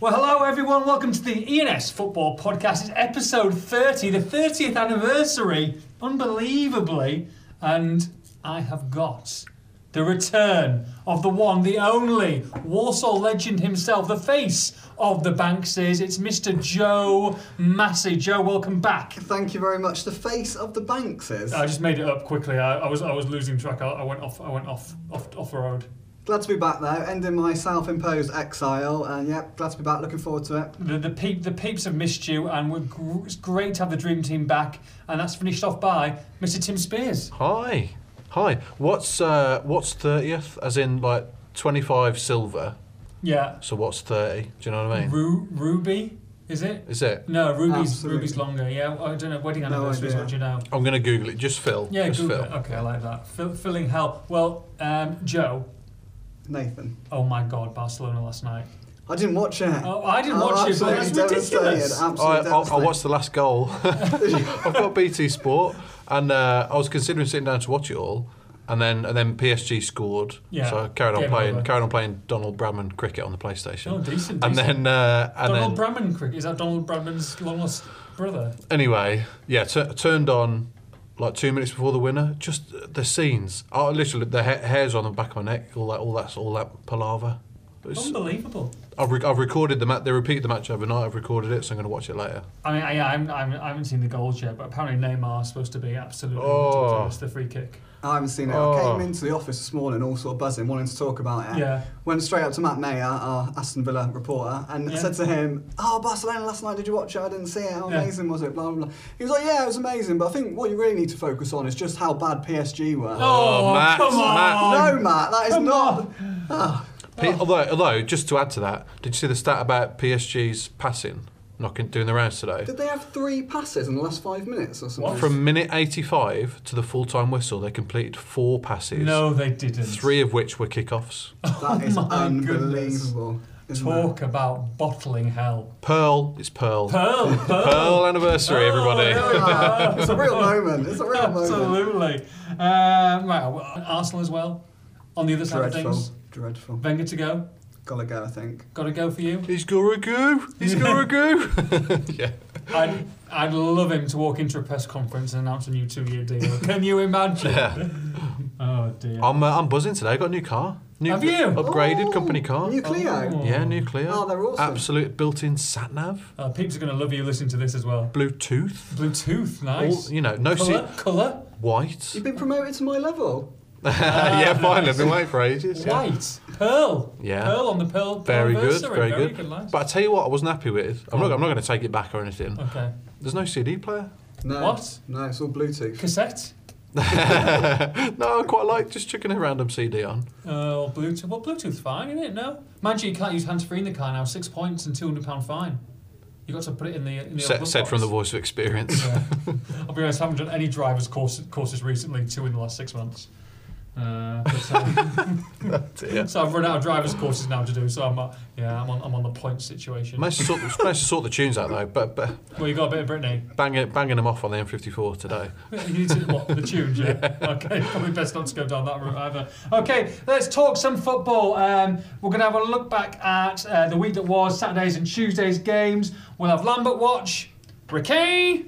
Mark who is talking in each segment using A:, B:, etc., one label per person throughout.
A: Well, hello everyone. Welcome to the ENS Football Podcast. It's episode 30, the 30th anniversary, unbelievably. And I have got the return of the one, the only Warsaw legend himself, the face of the Bankses. It's Mr. Joe Massey. Joe, welcome back.
B: Thank you very much. The face of the bank says.
A: I just made it up quickly. I, I was I was losing track. I, I went off. I went off off off the road.
B: Glad to be back though, ending my self-imposed exile, and yep, glad to be back. Looking forward to it.
A: The the, peep, the peeps have missed you, and we're gr- it's great to have the dream team back. And that's finished off by Mr. Tim Spears.
C: Hi, hi. What's uh, what's thirtieth? As in like twenty-five silver.
A: Yeah,
C: So what's thirty? Do you know what I mean?
A: Ru- Ruby, is it?
C: Is it?
A: No, Ruby's
B: Absolutely.
A: Ruby's longer. Yeah, I don't know. Wedding
B: No
A: anniversaries.
B: idea.
A: what do you know?
C: I'm gonna Google it. Just Phil.
A: Yeah,
C: Just
A: Google
C: Phil.
A: it. Okay, I like that. Fill, filling hell. Well, um, Joe.
B: Nathan,
A: Oh my God, Barcelona last night.
B: I didn't watch it.
A: Oh, I didn't
B: I'm
A: watch it, but
B: absolutely
A: that's
B: devastated,
A: ridiculous.
B: Absolutely
C: Oh, I, I, I
B: devastated.
C: watched the last goal. I've got BT Sport, and uh, I was considering sitting down to watch it all, and then and then PSG scored.
A: Yeah,
C: So I carried on
A: game
C: playing,
A: over.
C: carried on playing Donald Bradman cricket on the PlayStation.
A: Oh, decent.
C: and
A: decent.
C: then uh, and
A: Donald
C: then
A: Bradman cricket. Is that Donald Bradman's long lost brother?
C: anyway, yeah, tu- turned on like two minutes before the winner. Just the scenes. Oh, literally, the ha- hairs on the back of my neck. All that, all that, all that palaver.
A: Oh.
C: It's-
A: Unbelievable.
C: I've, re- I've recorded the match. They repeated the match overnight. I've recorded it, so I'm going to watch it later.
A: I mean, I, yeah, I'm, I'm, I haven't seen the goals yet, but apparently Neymar's supposed to be absolutely
C: Oh.
A: ridiculous. The free kick.
B: I haven't seen it. I
C: Oh.
B: came into the office this morning, all sort of buzzing, wanting to talk about it.
A: Yeah.
B: Went straight up to Matt Mayer, our Aston Villa reporter, and
A: Yeah.
B: said to him, "Oh, Barcelona last night. Did you watch it? I didn't see it. How
A: Yeah.
B: amazing was it? Blah blah." blah. He was like, "Yeah, it was amazing, but I think what you really need to focus on is just how bad PSG were."
A: Oh,
C: Matt,
A: come on.
C: Matt.
B: No, Matt, that is
A: Come
B: not. Ah,
A: on.
C: P- although, although, just to add to that, did you see the stat about PSG's passing knocking doing the rounds today?
B: Did they have three passes in the last five minutes or something?
C: From minute 85 to the full time whistle, they completed four passes.
A: No, they didn't.
C: Three of which were kickoffs.
B: That is
A: Oh my
B: unbelievable. isn't
A: Talk about bottling hell.
C: Pearl, it's Pearl.
A: Pearl, Pearl.
C: Pearl anniversary, everybody.
A: there
B: it?
A: we
B: Ah,
A: go.
B: it's a real moment. It's a real moment.
A: Absolutely. Uh, right, well, Arsenal as well. On the other side of
B: Dreadful.
A: things,
B: Dreadful.
A: Wenger to go.
B: Gotta go, I think.
A: Got to go for you.
C: He's gonna go. He's gonna go. yeah.
A: I'd, I'd love him to walk into a press conference and announce a new two-year deal. Can you imagine? Oh dear.
C: I'm, uh, I'm buzzing today. I got a new car. New
A: Have you?
C: Upgraded
B: Oh,
C: company car.
B: New Clio.
A: Oh.
C: yeah, new Clio.
B: Oh, they're awesome.
C: Absolute built in sat nav.
A: Uh, peeps are going to love you listening to this as well.
C: Bluetooth.
A: Bluetooth, nice.
C: All, you know, no seat.
A: Colour, colour,
C: White.
B: You've been promoted to my level.
C: yeah, finally. I've been waiting for ages. Yeah.
A: white, pearl.
C: Yeah.
A: Pearl on the pearl.
C: Very good,
A: pearlversary.
C: very, good.
A: lads.
C: But I tell you what, I wasn't happy with. I'm not. I'm not going to take it back or anything.
A: okay.
C: There's no CD player.
B: No.
A: What?
B: No, it's all Bluetooth.
A: Cassette.
C: no, I quite like just chucking a random CD on.
A: Uh, or Bluetooth. Well, Bluetooth's fine, isn't it? No. Mind you, you can't use hands free in the car now. Six points and two hundred pound fine. You got to put it in the. In the
C: Said,
A: old
C: said from the
A: box.
C: voice of experience.
A: Yeah. I'll be honest, I haven't done any drivers course, courses recently. Two in the last six months. Uh, but, uh,
C: Dear.
A: so I've run out of drivers courses now to do. So I'm uh, yeah, I'm on, I'm on the point situation.
C: Managed to, sort, managed to sort the tunes out though, but, but
A: Well, you got a bit of Britney.
C: banging, banging them off on the M54 today.
A: You need to what the tune, yeah. Okay, probably best not to go down that route either. Okay, let's talk some football. Um, we're going to have a look back at uh, the week that was Saturdays and Tuesdays games. We'll have Lambert watch, Briquet.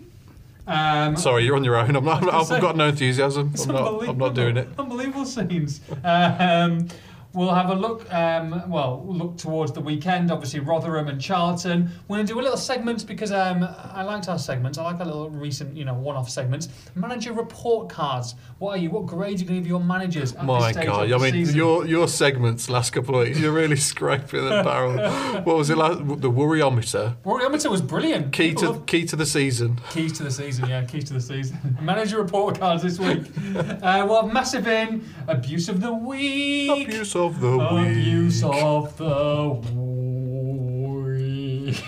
A: Um,
C: Sorry, you're on your own. I'm not, i
A: It's
C: have got no enthusiasm.
A: it's
C: I'm not, I'm not doing it.
A: Unbelievable scenes. Um, we'll have a look. Um, well, look towards the weekend. Obviously, Rotherham and Charlton. We're going to do a little segment because um, I liked our segments. I like our little recent, you know, one-off segments. Manager report cards. What are you? What grades are you going to give your managers? At
C: My
A: this stage
C: God,
A: Of
C: I
A: the
C: mean,
A: season?
C: your your segments last couple of weeks, you're really scraping the barrel. What was it like? The worryometer.
A: Worryometer was brilliant.
C: Key
A: People
C: to, key to the season.
A: Keys to the season, yeah, keys to the season. Manager report cards this week. Uh, we'll have massive in abuse of the week.
C: Abuse of the
A: Abuse
C: week.
A: of the week.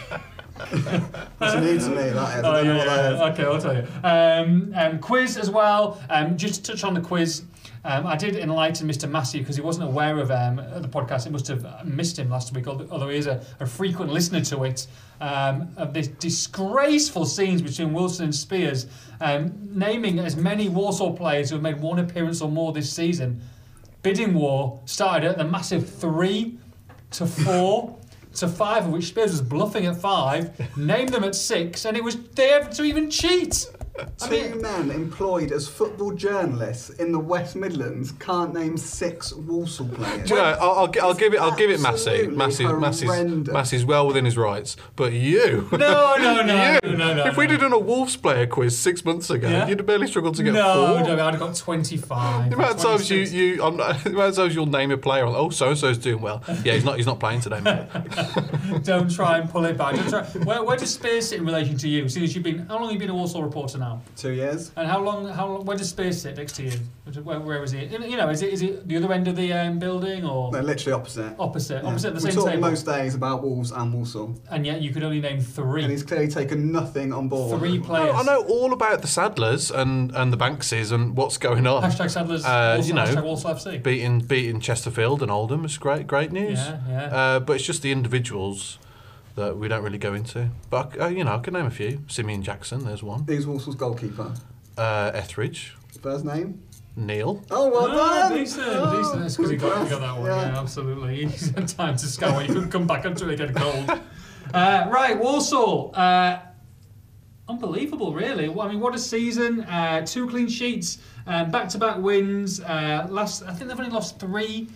B: It's new to me, that is. I
A: Oh,
B: don't know
A: yeah,
B: what that
A: yeah,
B: is.
A: yeah. Okay, I'll tell you. Um, um, quiz as well. Um, just to touch on the quiz. Um, I did enlighten Mr. Massey because he wasn't aware of um, the podcast. It must have missed him last week, although although he is a, a frequent listener to it. Um, of this disgraceful scenes between Wilson and Spears, um, naming as many Warsaw players who have made one appearance or more this season. Bidding war started at the massive three to four. to five, of which Spears was bluffing at five, named them at six, and it was there to even cheat. I
B: Two
A: mean,
B: men employed as football journalists in the West Midlands can't name six Walsall players.
C: Do you know? I'll, I'll, gi- I'll give it. I'll give it. Massey.
B: Absolutely
C: Massey. Massey's,
B: horrendous.
C: Massey's well within his rights. But you.
A: no, no, no, no,
C: you.
A: no, no.
C: if we'd
A: no.
C: have done a Wolves player quiz six months ago,
A: Yeah.
C: you'd have barely struggled to get
A: no,
C: four.
A: no, I'd have got 25.
C: The amount of times you,
A: 26.
C: you I'm not, the amount of times you'll name a player on oh so and so's doing well yeah he's not he's not playing today mate.
A: Don't try and pull it back. Don't try. Where, where does Spears sit in relation to you? See, you've been how long have you been a Warsaw reporter now?
B: Two years.
A: And how long? How long, where does Spears sit next to you? Where, where is he? You know, is it is it the other end of the um, building or
B: They're literally opposite.
A: opposite?
B: Yeah.
A: Opposite at the
B: we
A: same
B: talk
A: table.
B: most days about Wolves and Walsall,
A: And yet you could only name three.
B: and he's clearly taken nothing on board.
A: three
C: I,
A: players.
C: I know all about the Saddlers and and the Bankses and what's going on
A: Hashtag Saddlers.
C: Uh,
A: Walsall,
C: you know,
A: hashtag Walsall FC.
C: beating beating Chesterfield and Oldham is great great news
A: Yeah, yeah.
C: Uh, but it's just the individuals that we don't really go into but uh, you know I can name a few Simeon Jackson there's one
B: Who's Walsall's goalkeeper?
C: uh, Etheridge
B: First name?
C: Neil
B: Oh, well
A: Ah,
B: done.
A: decent,
B: Oh,
A: decent. That's because he got, he got that one.
B: Yeah.
A: Yeah, absolutely. He had time to scour. He couldn't come back until it get cold. Uh, right, Walsall. Uh, unbelievable, really. Well, I mean, what a season! Uh, two clean sheets, um, back-to-back wins. Uh, last, I think they've only lost three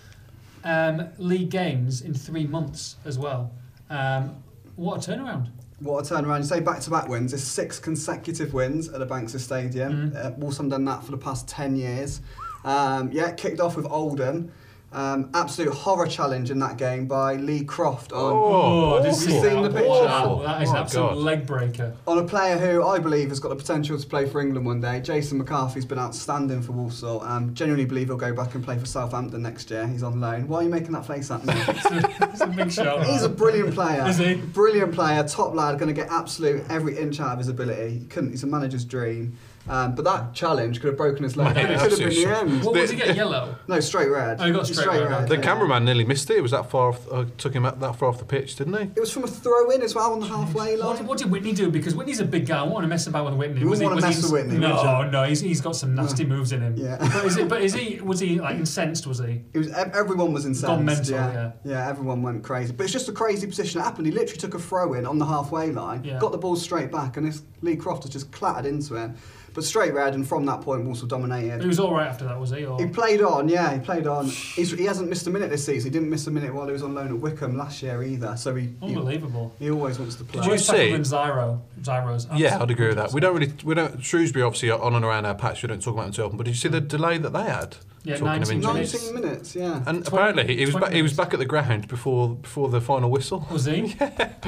A: um, league games in three months as well. Um, what a turnaround!
B: What a turnaround. You say back to back wins. It's six consecutive wins at the Banks Stadium.
A: Mm.
B: Uh, Walsall done that for the past 10 years. Um, yeah, kicked off with Oldham. Um, absolute horror challenge in that game by Lee Croft on,
A: Oh,
C: Oh,
A: did you
B: awful.
A: see
B: Seen
A: that?
B: the picture?
A: Wow, that is
C: Oh,
A: an absolute
C: God.
A: leg breaker.
B: on a player who I believe has got the potential to play for England one day. Jason McCarthy's been outstanding for Walsall. Um, genuinely believe he'll go back and play for Southampton next year. He's on loan. Why are you making that face at me?
A: It's a, it's a big shout.
B: He's a brilliant player.
A: Is he?
B: Brilliant player, top lad, going to get absolute every inch out of his ability. He couldn't. It's a manager's dream. Um, but that challenge could have broken his leg.
C: Mate,
B: it could have been
C: absolute
B: the
C: shock.
B: end.
A: What was he get yellow?
B: No, straight red.
A: Oh, he got
B: It's
A: straight red, right.
C: the
B: yeah.
C: cameraman nearly missed it it was that far off, uh, took him out that far off the pitch didn't he
B: It was from a throw in as well on the halfway
A: What,
B: line.
A: what did Whitney do? Because Whitney's a big guy. I want to mess about with Whitney.
B: You
A: Was he-
B: wouldn't wanna
A: was he-
B: mess with Whitney,
A: No,
B: would
A: no, he's, he's got some nasty moves in him.
B: Yeah.
A: But is, it, but is he? Was he like incensed? Was he?
B: It was ev- everyone was incensed.
A: Gone mental, yeah.
B: yeah. everyone went crazy. But it's just a crazy position. It happened. He literally took a throw in on the halfway line,
A: Yeah.
B: got the ball straight back, and this Lee Croft has just clattered into it. But straight red, and from that point, Walsall dominated.
A: But he was all right after that, was he? Or
B: He played on, yeah, he played on. He's, he hasn't missed a minute this season. He didn't miss a minute while he was on loan at Wickham last year either. So he he,
A: unbelievable.
B: he always wants to play.
C: you
A: Worse tackle
C: see-
A: than Zyro? Zyro's.
C: Yeah, I'd agree with that. We don't really, we don't. Shrewsbury obviously are on and around our patch. We don't talk about them too often. But did you see the delay that they had?
A: Yeah,
C: talking
A: 19
C: of injuries.
B: 19 minutes, yeah.
C: And
A: 20
C: apparently he was
A: 20
C: back, he was
A: minutes.
C: back at the ground before before the final whistle.
A: Was he?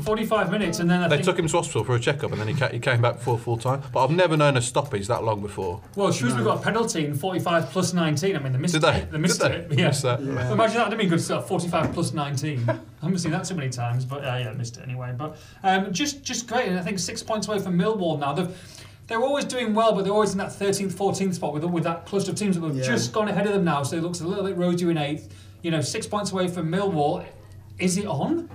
A: Forty-five minutes, and then I
C: They
A: think.
C: took him to hospital for a checkup, and then he, ca- he came back before full time. But I've never known a stoppage that long before.
A: well, Shrewsbury got a penalty in forty-five plus nineteen. I mean, they missed
C: Did they?
A: it. They missed
C: Did
A: it.
C: they?
A: Yeah.
C: Missed that.
B: Yeah.
A: Imagine that. I mean, good stuff. Forty-five plus nineteen. I haven't seen that too many times, but uh, yeah, missed it anyway. But um, just, just great. And I think six points away from Millwall now. They've, they're always doing well, but they're always in that thirteenth, fourteenth spot with with that cluster of teams that have
B: Yeah.
A: just gone ahead of them now. So it looks a little bit rosy in eighth. You know, six points away from Millwall. Is it on?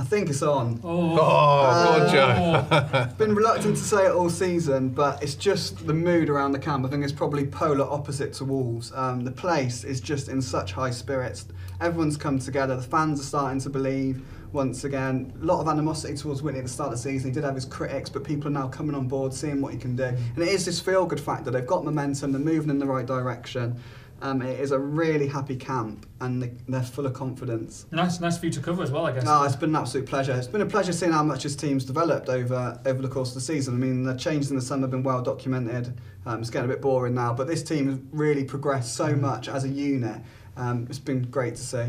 B: I think it's on.
C: Oh,
A: Oh.
C: Roger.
A: Oh.
B: Been reluctant to say it all season, but it's just the mood around the camp. I think it's probably polar opposite to Wolves. Um, the place is just in such high spirits. Everyone's come together. The fans are starting to believe once again. A lot of animosity towards Whitney at the start of the season. He did have his critics, but people are now coming on board, seeing what he can do. And it is this feel good factor. They've got momentum, they're moving in the right direction. Um, it is a really happy camp, and they, they're full of confidence.
A: nice, nice for you to cover as well, I guess.
B: No, it's been an absolute pleasure. It's been a pleasure seeing how much his team's developed over over the course of the season. I mean, the changes in the summer have been well documented. Um, it's getting a bit boring now, but this team has really progressed so much as a unit. Um, it's been great to see.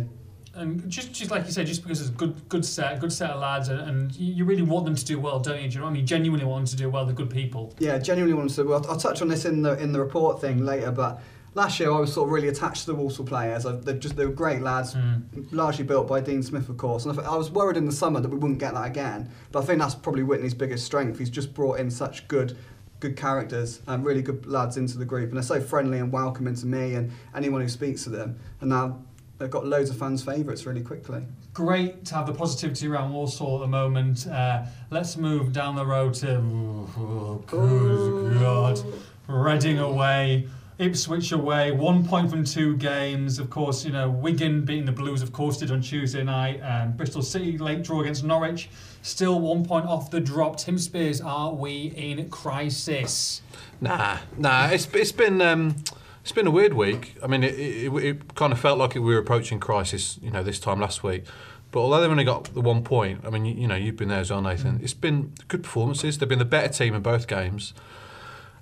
A: And just, just like you said, just because it's good, good set, good set of lads, and, and you you really want them to do well, don't you? Do you know what I mean? You genuinely want them to do well. They're good people.
B: Yeah, genuinely wanted to. Well, I'll touch on this in the in the report thing later, but. Last year, I was sort of really attached to the Walsall players. I, they're just they were great lads,
A: Hmm.
B: largely built by Dean Smith, of course. And I, th- I was worried in the summer that we wouldn't get that again. But I think that's probably Whitney's biggest strength. He's just brought in such good, good characters and really good lads into the group, and they're so friendly and welcoming to me and anyone who speaks to them. And now they've got loads of fans' favourites really quickly.
A: Great to have the positivity around Warsaw at the moment. Uh, let's move oh, down the road to. Oh, good God. Reading away. Ipswich away, one point from two games. Of course, you know Wigan beating the Blues, of course, did on Tuesday night. Um, Bristol City late draw against Norwich, still one point off the drop. Tim Spears, are we in crisis?
C: Nah, nah. It's it's been um, it's been a weird week. I mean, it, it, it kind of felt like we were approaching crisis, you know, this time last week. But although they've only got the one point, I mean, you, you know, you've been there as well, Nathan. It's been good performances. They've been the better team in both games.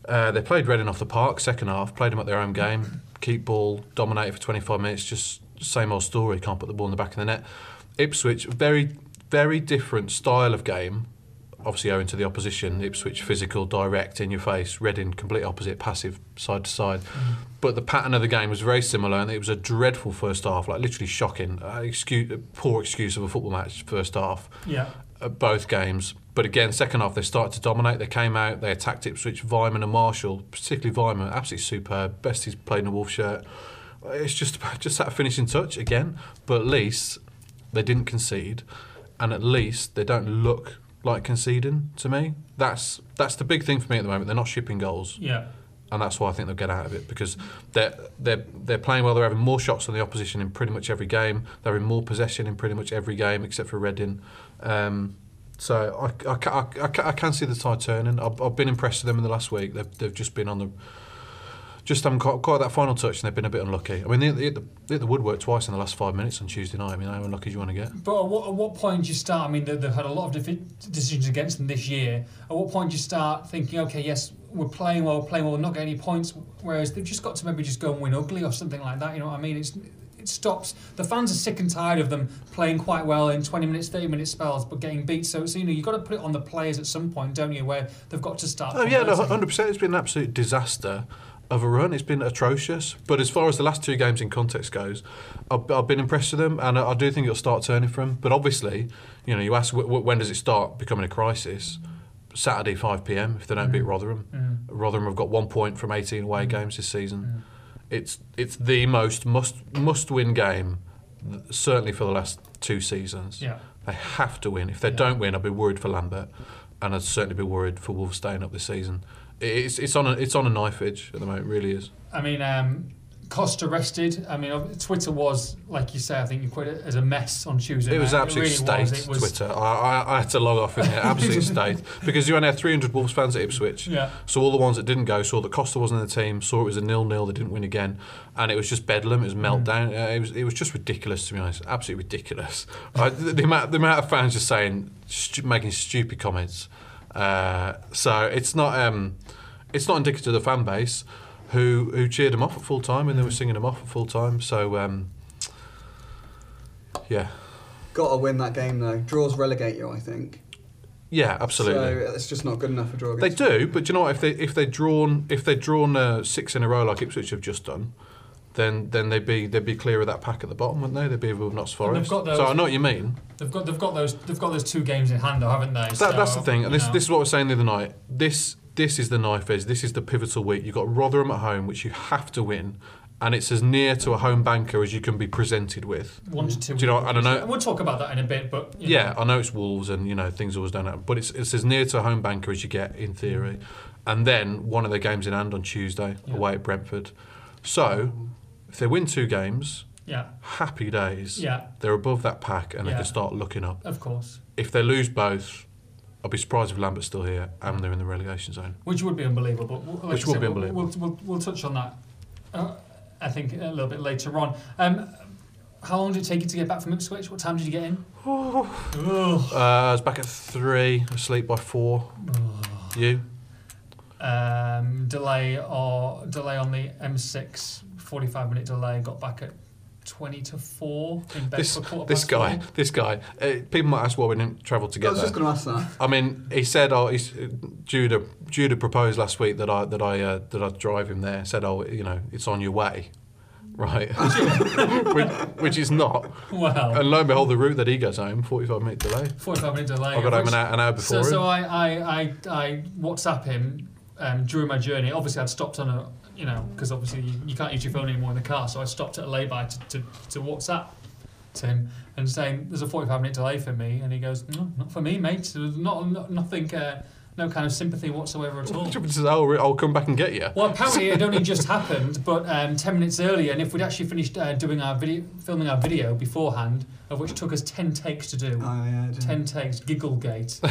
C: Uh, they played Reading off the park second half. Played them at their own game. Keep ball, dominated for 25 minutes. Just same old story. Can't put the ball in the back of the net. Ipswich, very, very different style of game. Obviously, owing to the opposition, Ipswich physical, direct, in your face. Reading, complete opposite, passive, side to side. But the pattern of the game was very similar, and it was a dreadful first half. Like literally shocking. Uh, excuse, poor excuse of a football match first half
A: Yeah.
C: at both games. But again, second half, they started to dominate. They came out, they attacked Ipswich. Vyman and Marshall, particularly Vyman, absolutely superb. Best he's played in a Wolf shirt. It's just about just that finishing touch again. But at least they didn't concede, and at least they don't look like conceding to me. That's that's the big thing for me at the moment. They're not shipping goals
A: Yeah.
C: and that's why I think they'll get out of it because they're they're they're playing well. They're having more shots than the opposition in pretty much every game. They're in more possession in pretty much every game except for Reading. Um, so I, I, ca- I, ca- I can see the tide turning. I've, I've been impressed with them in the last week. They've, they've just been on the just haven't got quite that final touch, and they've been a bit unlucky. I mean, they, they, hit the, they hit the woodwork twice in the last five minutes on Tuesday night. I mean, how unlucky do you want to get?
A: But at what, at what point do you start? I mean, they- they've had a lot of defi- decisions against them this year. At what point do you start thinking, okay, yes, we're playing well, we're playing well, we're not getting any points, whereas they've just got to maybe just go and win ugly or something like that? You know what I mean? It's it stops. The fans are sick and tired of them playing quite well in 20 minutes, 30 minute spells, but getting beat. So, so you know, you've got to put it on the players at some point, don't you? Where they've got to start.
C: Oh yeah, no,
A: converting.
C: hundred percent. It's been an absolute disaster of a run. It's been atrocious. But as far as the last two games in context goes, I've, I've been impressed with them, and I, I do think it'll start turning for them. But obviously, you know, you ask w- w- when does it start becoming a crisis? Saturday five pm if they don't beat Rotherham. Rotherham have got one point from eighteen away games this season. It's it's the most must must win game, th- certainly for the last two seasons.
A: Yeah.
C: They have to win. If they
A: Yeah.
C: don't win, I'd be worried for Lambert, and I'd certainly be worried for Wolves staying up this season. It's it's on a it's on a knife edge at the moment. It really is.
A: I mean, um, Costa rested. I mean, ob- Twitter was, like you say, I think you put it as a mess on Tuesday.
C: It was
A: night.
C: absolute
A: really was.
C: state.
A: It was-
C: Twitter. I, I, I had to log off in there. Absolute state because you only had 300 Wolves fans at Ipswich.
A: Yeah.
C: So all the ones that didn't go saw that Costa wasn't in the team, saw it was a nil-nil. They didn't win again, and it was just bedlam. It was meltdown. Uh, it was it was just ridiculous to be honest. Absolutely ridiculous. I, the, the amount the amount of fans just saying stu- making stupid comments. Uh, so it's not um, it's not indicative of the fan base who who cheered them off at full time and they were singing them off at full time. So um, yeah,
B: Got to win that game though. Draws relegate you, I think.
C: yeah, absolutely.
B: So uh, it's just not good enough for draw.
C: They
B: against-
C: do, but do you know what? If they if they drawn if they drawn uh, six in a row like Ipswich have just done, then then they'd be they'd be clear of that pack at the bottom, wouldn't they? They'd be above Notts
A: And they've
C: Forest.
A: got those-
C: So I know what you mean.
A: They've got they've got those they've got those two games in hand, though, haven't they?
C: That, that's
A: So,
C: the thing, and
A: you
C: this
A: know.
C: this is what I was saying the other night. This this is the knife edge. This is the pivotal week. You've got Rotherham at home, which you have to win, and it's as near to a home banker as you can be presented with.
A: one to two.
C: Do you know what? I don't know.
A: And we'll talk about that in a bit, but you
C: Yeah,
A: know,
C: I know it's Wolves, and you know things always don't happen, but it's it's as near to a home banker as you get in theory. And then one of their games in hand on Tuesday
A: Mm-hmm. Yeah.
C: away at Brentford. So if they win two games,
A: yeah,
C: happy days.
A: yeah,
C: They're above that pack and they
A: Yeah.
C: can start looking up.
A: of course.
C: If they lose both, I'll be surprised if Lambert's still here and they're in the relegation zone.
A: Which would be unbelievable. Like I
C: Which would
A: said,
C: be
A: we'll-
C: unbelievable.
A: We'll, we'll, we'll touch on that, uh, I think, a little bit later on. Um, how long did it take you to get back from Ipswich? What time did you get in? Ugh.
C: Uh, I was back at three, asleep by four.
A: Oh.
C: You?
A: um, delay or delay on the M6, 45 minute delay, got back at 20 to 4 in bed
C: This,
A: for quarter
C: this
A: past
C: guy,
A: four.
C: this guy. Uh, people might ask why we didn't travel
B: I
C: together.
B: was just going to ask that.
C: I mean, he said, "Oh, he's, Judah, Judah proposed last week that I that I uh, that I'd drive him there." Said, "Oh, you know, it's on your way, right?" which, which is not.
A: Well,
C: And lo and behold, the route that he goes home, forty-five minute delay.
A: 45 minute delay.
C: I got home
A: which-
C: Oh, an hour, an hour before
A: So, so
C: him.
A: I, I, I, I WhatsApp him um, during my journey. Obviously, I'd stopped on a, you know, because obviously you, you can't use your phone anymore in the car. So I stopped at a lay-by to, to, to WhatsApp to him and saying, there's a 45 minute delay for me. And he goes, no, not for me, mate. There's not, not nothing, uh, no kind of sympathy whatsoever at all.
C: Trippin says, "Oh, re- I'll come back and get you."
A: Well, apparently it only just happened, but um, ten minutes earlier. And if we'd actually finished uh, doing our video, filming our video beforehand, of which took us ten takes to do,
B: Oh, yeah, I did.
C: Mm.
A: ten takes, Gigglegate.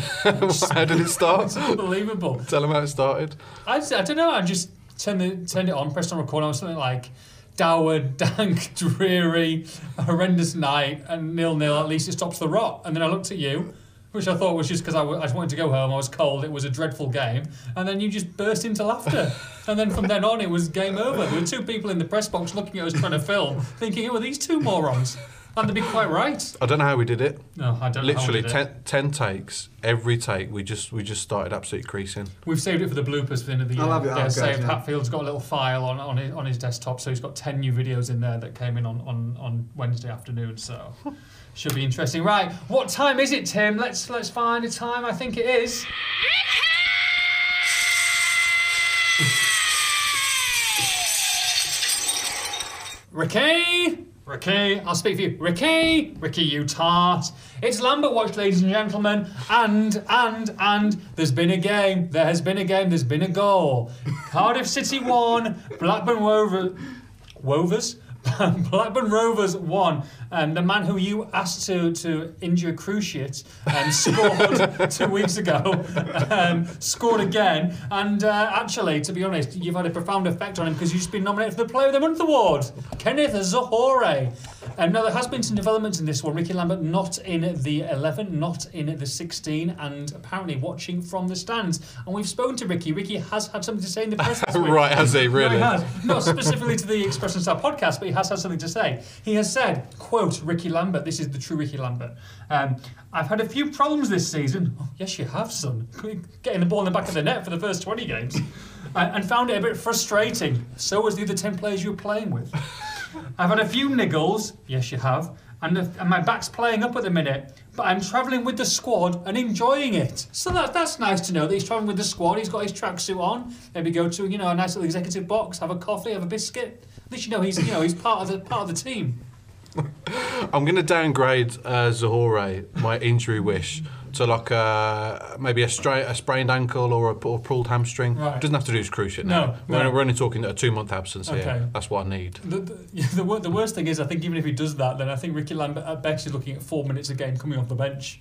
C: How did it start?
A: It's unbelievable.
C: Tell him how it started.
A: I, just- I don't know. I just turned the, turned it on, pressed on record. and I was something like dour, dank, dreary, horrendous night, and nil nil. At least it stops the rot. And then I looked at you. Which I thought was just because I, w- I just wanted to go home. I was cold. It was a dreadful game, and then you just burst into laughter. And then from then on, it was game over. There were two people in the press box looking at us trying to film, thinking, "Who are these two morons?" And they'd be quite right.
C: I don't know how we did it.
A: No, I don't. know how we
C: Literally
A: did it.
C: ten, 10 takes. Every take, we just we just started absolutely creasing.
A: We've saved it for the bloopers for the end of the year.
B: I'll have it.
A: yeah,
B: Oh, good,
A: saved.
B: yeah.
A: Hatfield's got a little file on, on, his, on his desktop, so he's got 10 new videos in there that came in on, on, on Wednesday afternoon, so should be interesting. Right, what time is it, Tim? Let's let's find a time. I think it is. Ricky! Ricky, I'll speak for you. Ricky! Ricky, you tart. It's Lambert Watch, ladies and gentlemen. And, and, and, there's been a game. There has been a game. There's been a goal. Cardiff City won. Blackburn Rover, Wovers? Blackburn Rovers won. Um, the man who you asked to, to injure Cruciate um, scored two weeks ago, um, scored again. And uh, actually, to be honest, you've had a profound effect on him because you've just been nominated for the Player of the Month award. Kenneth Zahore. Um, now, there has been some developments in this one. Ricky Lambert not in the 11, not in the 16, and apparently watching from the stands. And we've spoken to Ricky. Ricky has had something to say in the press this week.
C: right, has he
A: No,
C: really?
A: he has. Not specifically to the Express and Star podcast, but he has had something to say. He has said, quote, Ricky Lambert, this is the true Ricky Lambert. Um, I've had a few problems this season. Oh, yes, you have, son. Getting the ball in the back of the net for the first 20 games. Uh, and found it a bit frustrating. So was the other 10 players you were playing with. I've had a few niggles. Yes, you have. And, the, and my back's playing up at the minute, but I'm travelling with the squad and enjoying it. So that, that's nice to know that he's travelling with the squad. He's got his tracksuit on. Maybe go to you know a nice little executive box, have a coffee, have a biscuit. At least you know he's you know he's part of the part of the team.
C: I'm going to downgrade uh, Zahore, my injury wish, to like uh, maybe a, stra- a sprained ankle or a, or pulled hamstring.
A: Right.
C: Doesn't have to do with cruciate
A: No,
C: now. We're,
A: no.
C: we're only talking a two month absence
A: Okay.
C: here. That's what I need.
A: The, the, yeah, the, wor- the worst thing is, I think even if he does that, then I think Ricky Lambert at best is looking at four minutes a game coming off the bench.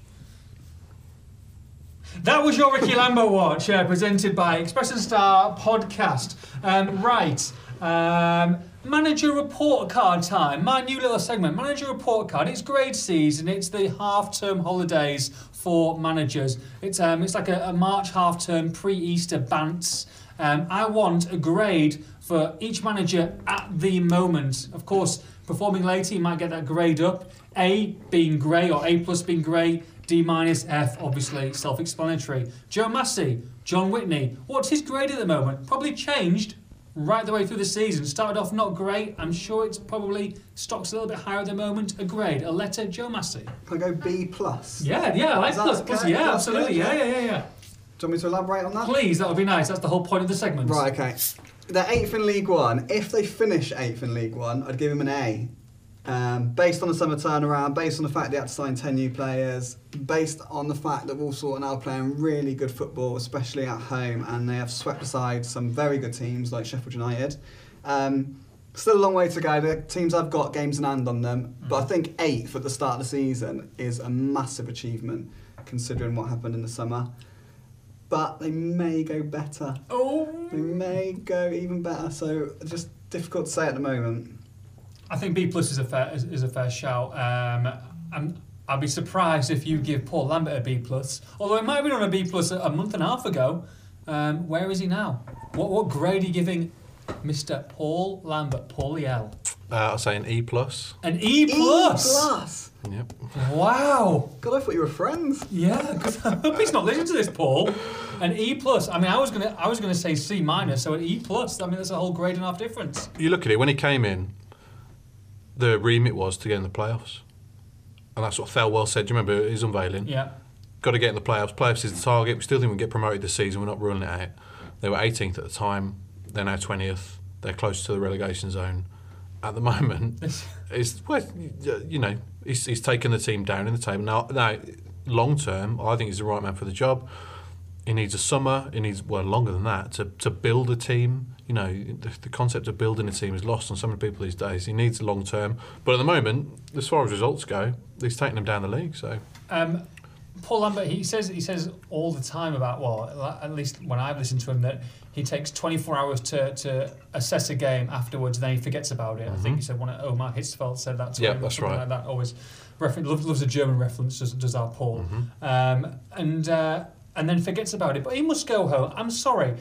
A: That was your Ricky Lambert watch, uh, presented by Express and Star Podcast. Um, right, um, manager report card time. My new little segment, manager report card. It's grade season. It's the half-term holidays for managers. It's um, it's like a, a March half-term pre-Easter bants. Um, I want a grade for each manager at the moment. Of course, performing later, you might get that grade up. A being grey or A plus being grey. D minus F, obviously self-explanatory. Joe Massey, John Whitney. What's his grade at the moment? Probably changed right the way through the season. Started off not great. I'm sure it's probably stocks a little bit higher at the moment. A grade, a letter, Joe Massey.
B: Can I go B plus?
A: Yeah, yeah, I like
B: Is that
A: plus, plus,
B: okay?
A: yeah,
B: That's
A: absolutely,
B: good,
A: yeah,
B: yeah.
A: yeah, yeah, yeah.
B: Do you want me to elaborate on that?
A: Please, that would be nice. That's the whole point of the segment.
B: Right, okay. They're eighth in League One. If they finish eighth in League One, I'd give him an A. Um, based on the summer turnaround, based on the fact they had to sign 10 new players, based on the fact that Walsall are now playing really good football, especially at home, and they have swept aside some very good teams like Sheffield United. Um, still a long way to go. The teams I've got games in hand on them, but I think eighth at the start of the season is a massive achievement considering what happened in the summer. But they may go better.
A: Oh,
B: They may go even better, so just difficult to say at the moment.
A: I think B plus is a fair is, is a fair shout. Um, I'm, I'd be surprised if you give Paul Lambert a B plus. Although it might have been on a B plus a, a month and a half ago. Um, where is he now? What what grade are you giving Mr. Paul Lambert, Paulie L?
C: Uh, I'll say an E plus.
A: An E plus.
B: E plus.
C: Yep.
A: Wow.
B: God, I thought you were friends.
A: Yeah. 'cause- hope he's not listening to this, Paul. An E plus. I mean, I was gonna I was gonna say C minus. So an E plus. I mean, that's a whole grade and a half difference.
C: You look at it when he came in. The remit was to get in the playoffs, and that's what Thelwell said. Do you remember his unveiling?
A: Yeah.
C: got to get in the playoffs. Playoffs is the target. We still didn't get promoted this season. We're not ruling it out. They were 18th at the time. They're now 20th. They're close to the relegation zone. At the moment, it's well, you know, he's, he's taken the team down in the table. Now, now long term, I think he's the right man for the job. he needs a summer. He needs well longer than that to, to build a team. You know, the, the concept of building a team is lost on so many people these days. He needs a long term, but at the moment, as far as results go, he's taking them down the league. So
A: Um, Paul Lambert, he says he says all the time about well, la- at least when I've listened to him, that he takes 24 hours to, to assess a game afterwards, then he forgets about it. I think he said one. of- Oh, Mark Hitzfeld said that to
C: Mm-hmm. Yeah,
A: him. or
C: that's
A: something
C: right.
A: Like that always reference loves, loves a German reference, does, does our Paul,
C: Mm-hmm.
A: um, and uh, and then forgets about it. But he must go home. I'm sorry.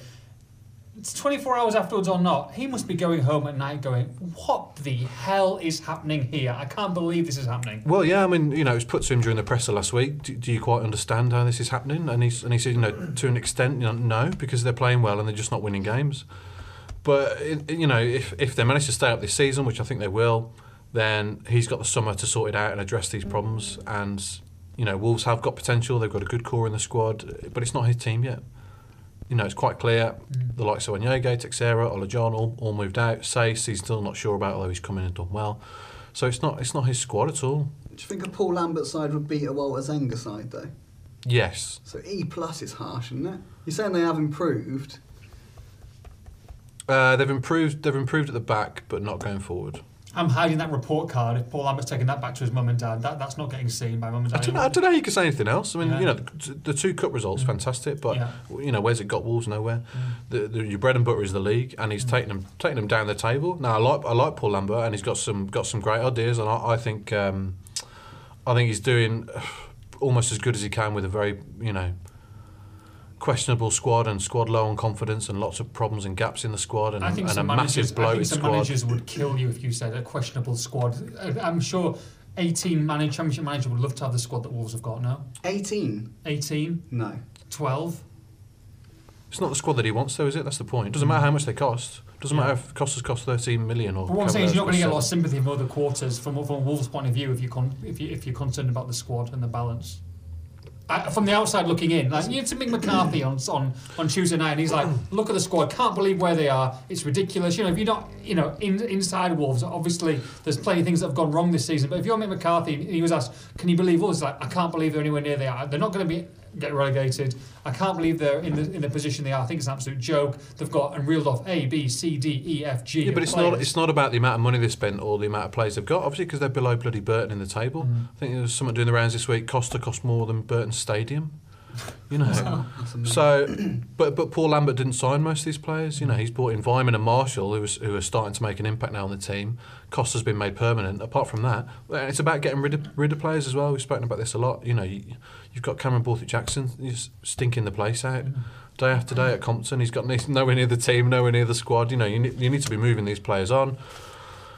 A: It's 24 hours afterwards or not, he must be going home at night going, What the hell is happening here? I can't believe this is happening.
C: Well, yeah, I mean, you know, it was put to him during the presser last week. Do, do you quite understand how this is happening? And he's and he said, you know, to an extent, you know, no, because they're playing well and they're just not winning games. But it, you know, if if they manage to stay up this season, which I think they will, then he's got the summer to sort it out and address these problems. And you know, Wolves have got potential. They've got a good core in the squad, but it's not his team yet. You know, it's quite clear. The likes of Onyege, Texera, Olajon, all, all moved out. Sace, he's still not sure about, although he's come in and done well. So it's not it's not his squad at all.
B: Do you think a Paul Lambert side would beat a Walter Zenger side though?
C: Yes.
B: So E plus is harsh, isn't it? You're saying they have improved.
C: Uh, they've improved. They've improved at the back, but not going forward.
A: I'm hiding that report card. If Paul Lambert's taking that back to his mum and dad, that, that's not getting seen by mum and
C: I
A: dad.
C: don't, know, I don't know how you could say anything else. I mean,
A: Yeah. Mm.
C: you know, the, the two cup results, fantastic, but
A: Yeah. Mm.
C: you know, where's it got Wolves? Nowhere. The, the, your bread and butter is the league, and he's taking them taking them down the table. Now, I like I like Paul Lambert, and he's got some got some great ideas, and I, I think um, I think he's doing almost as good as he can with a very you know questionable squad and squad low on confidence and lots of problems and gaps in the squad and,
A: I think
C: and a
A: some managers,
C: massive
A: I think
C: bloated
A: some
C: squad.
A: managers would kill you if you said a questionable squad. I- I'm sure 18 manager, championship manager would love to have the squad that Wolves have got now.
B: 18?
A: 18,
B: No.
A: 12.
C: It's not the squad that he wants, though, is it? That's the point. It doesn't matter how much they cost. It doesn't matter if cost has cost thirteen million or.
A: But what I'm saying is you're not going to get a lot of
C: Cavalero's
A: sympathy from other quarters from, from Wolves' point of view if you con- if you if you're concerned about the squad and the balance. I, from the outside looking in, like you had to Mick McCarthy on, on on Tuesday night, and he's like, "Look at the squad. Can't believe where they are. It's ridiculous." You know, if you're not, you know, in, inside Wolves, obviously there's plenty of things that have gone wrong this season. But if you're Mick McCarthy, and he was asked, "Can you believe Wolves?" He's Like, I can't believe they're anywhere near they are. They're not going to be get relegated. I can't believe they're in the in the position they are. I think it's an absolute joke. They've got and reeled off A, B, C, D, E, F, G.
C: Yeah, but
A: and
C: it's
A: players.
C: not. It's not about the amount of money they spent or the amount of players they've got. Obviously, because they're below bloody Burton in the table.
A: Mm.
C: I think there was someone doing the rounds this week. Costa cost more than Burton Stadium. You know. so, but but Paul Lambert didn't sign most of these players. You know, he's brought in Vyman and Marshall, who was who are starting to make an impact now on the team. Costa's been made permanent. Apart from that, well, it's about getting rid of rid of players as well. We've spoken about this a lot. You know, you, you've got Cameron Borthwick Jackson he's stinking the place out. Day after day at Compton, he's got n- nowhere near the team, nowhere near the squad. You know, you, ne- you need to be moving these players on.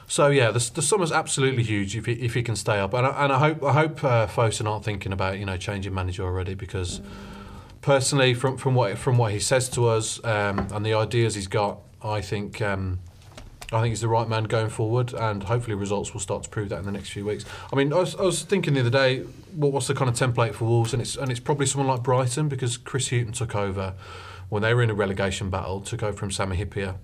C: So yeah, the, the summer's absolutely huge if he, if he can stay up, and I, and I hope I hope uh, Fosun aren't thinking about you know changing manager already because personally from from what from what he says to us um, and the ideas he's got, I think um, I think he's the right man going forward, and hopefully results will start to prove that in the next few weeks. I mean, I was, I was thinking the other day, what, what's the kind of template for Wolves, and it's and it's probably someone like Brighton because Chris Hughton took over when they were in a relegation battle, took over from Sammy Hippier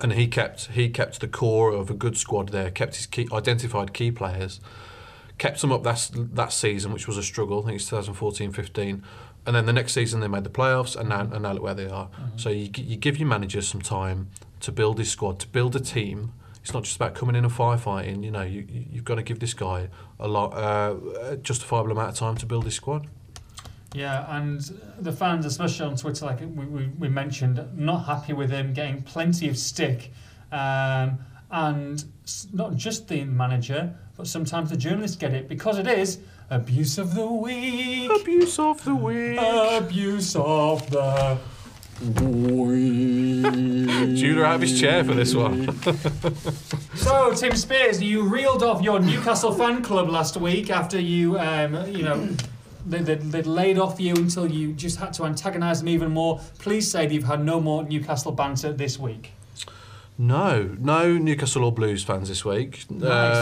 C: and he kept he kept the core of a good squad there. Kept his key, identified key players, kept them up that that season, which was a struggle. I think it's 2014-15, and then the next season they made the playoffs, and now and now look where they are.
A: Mm-hmm.
C: So you gi- you give your manager some time to build his squad, to build a team. It's not just about coming in and firefighting. You know, you you- you've got to give this guy a lot uh, a justifiable amount of time to build his squad.
A: Yeah, and the fans, especially on Twitter, like we, we, we mentioned, not happy with him, getting plenty of stick. Um, and s- not just the manager, but sometimes the journalists get it because it is abuse of the week.
C: Abuse of the week.
A: Abuse of the.
C: Judah out of his chair for this one.
A: So Tim Spears, you reeled off your Newcastle fan club last week after you, um, you know, they, they, they laid off you until you just had to antagonise them even more. Please say that you've had no more Newcastle banter this weque.
C: No, no Newcastle or Blues fans this week. Uh,
A: Nice,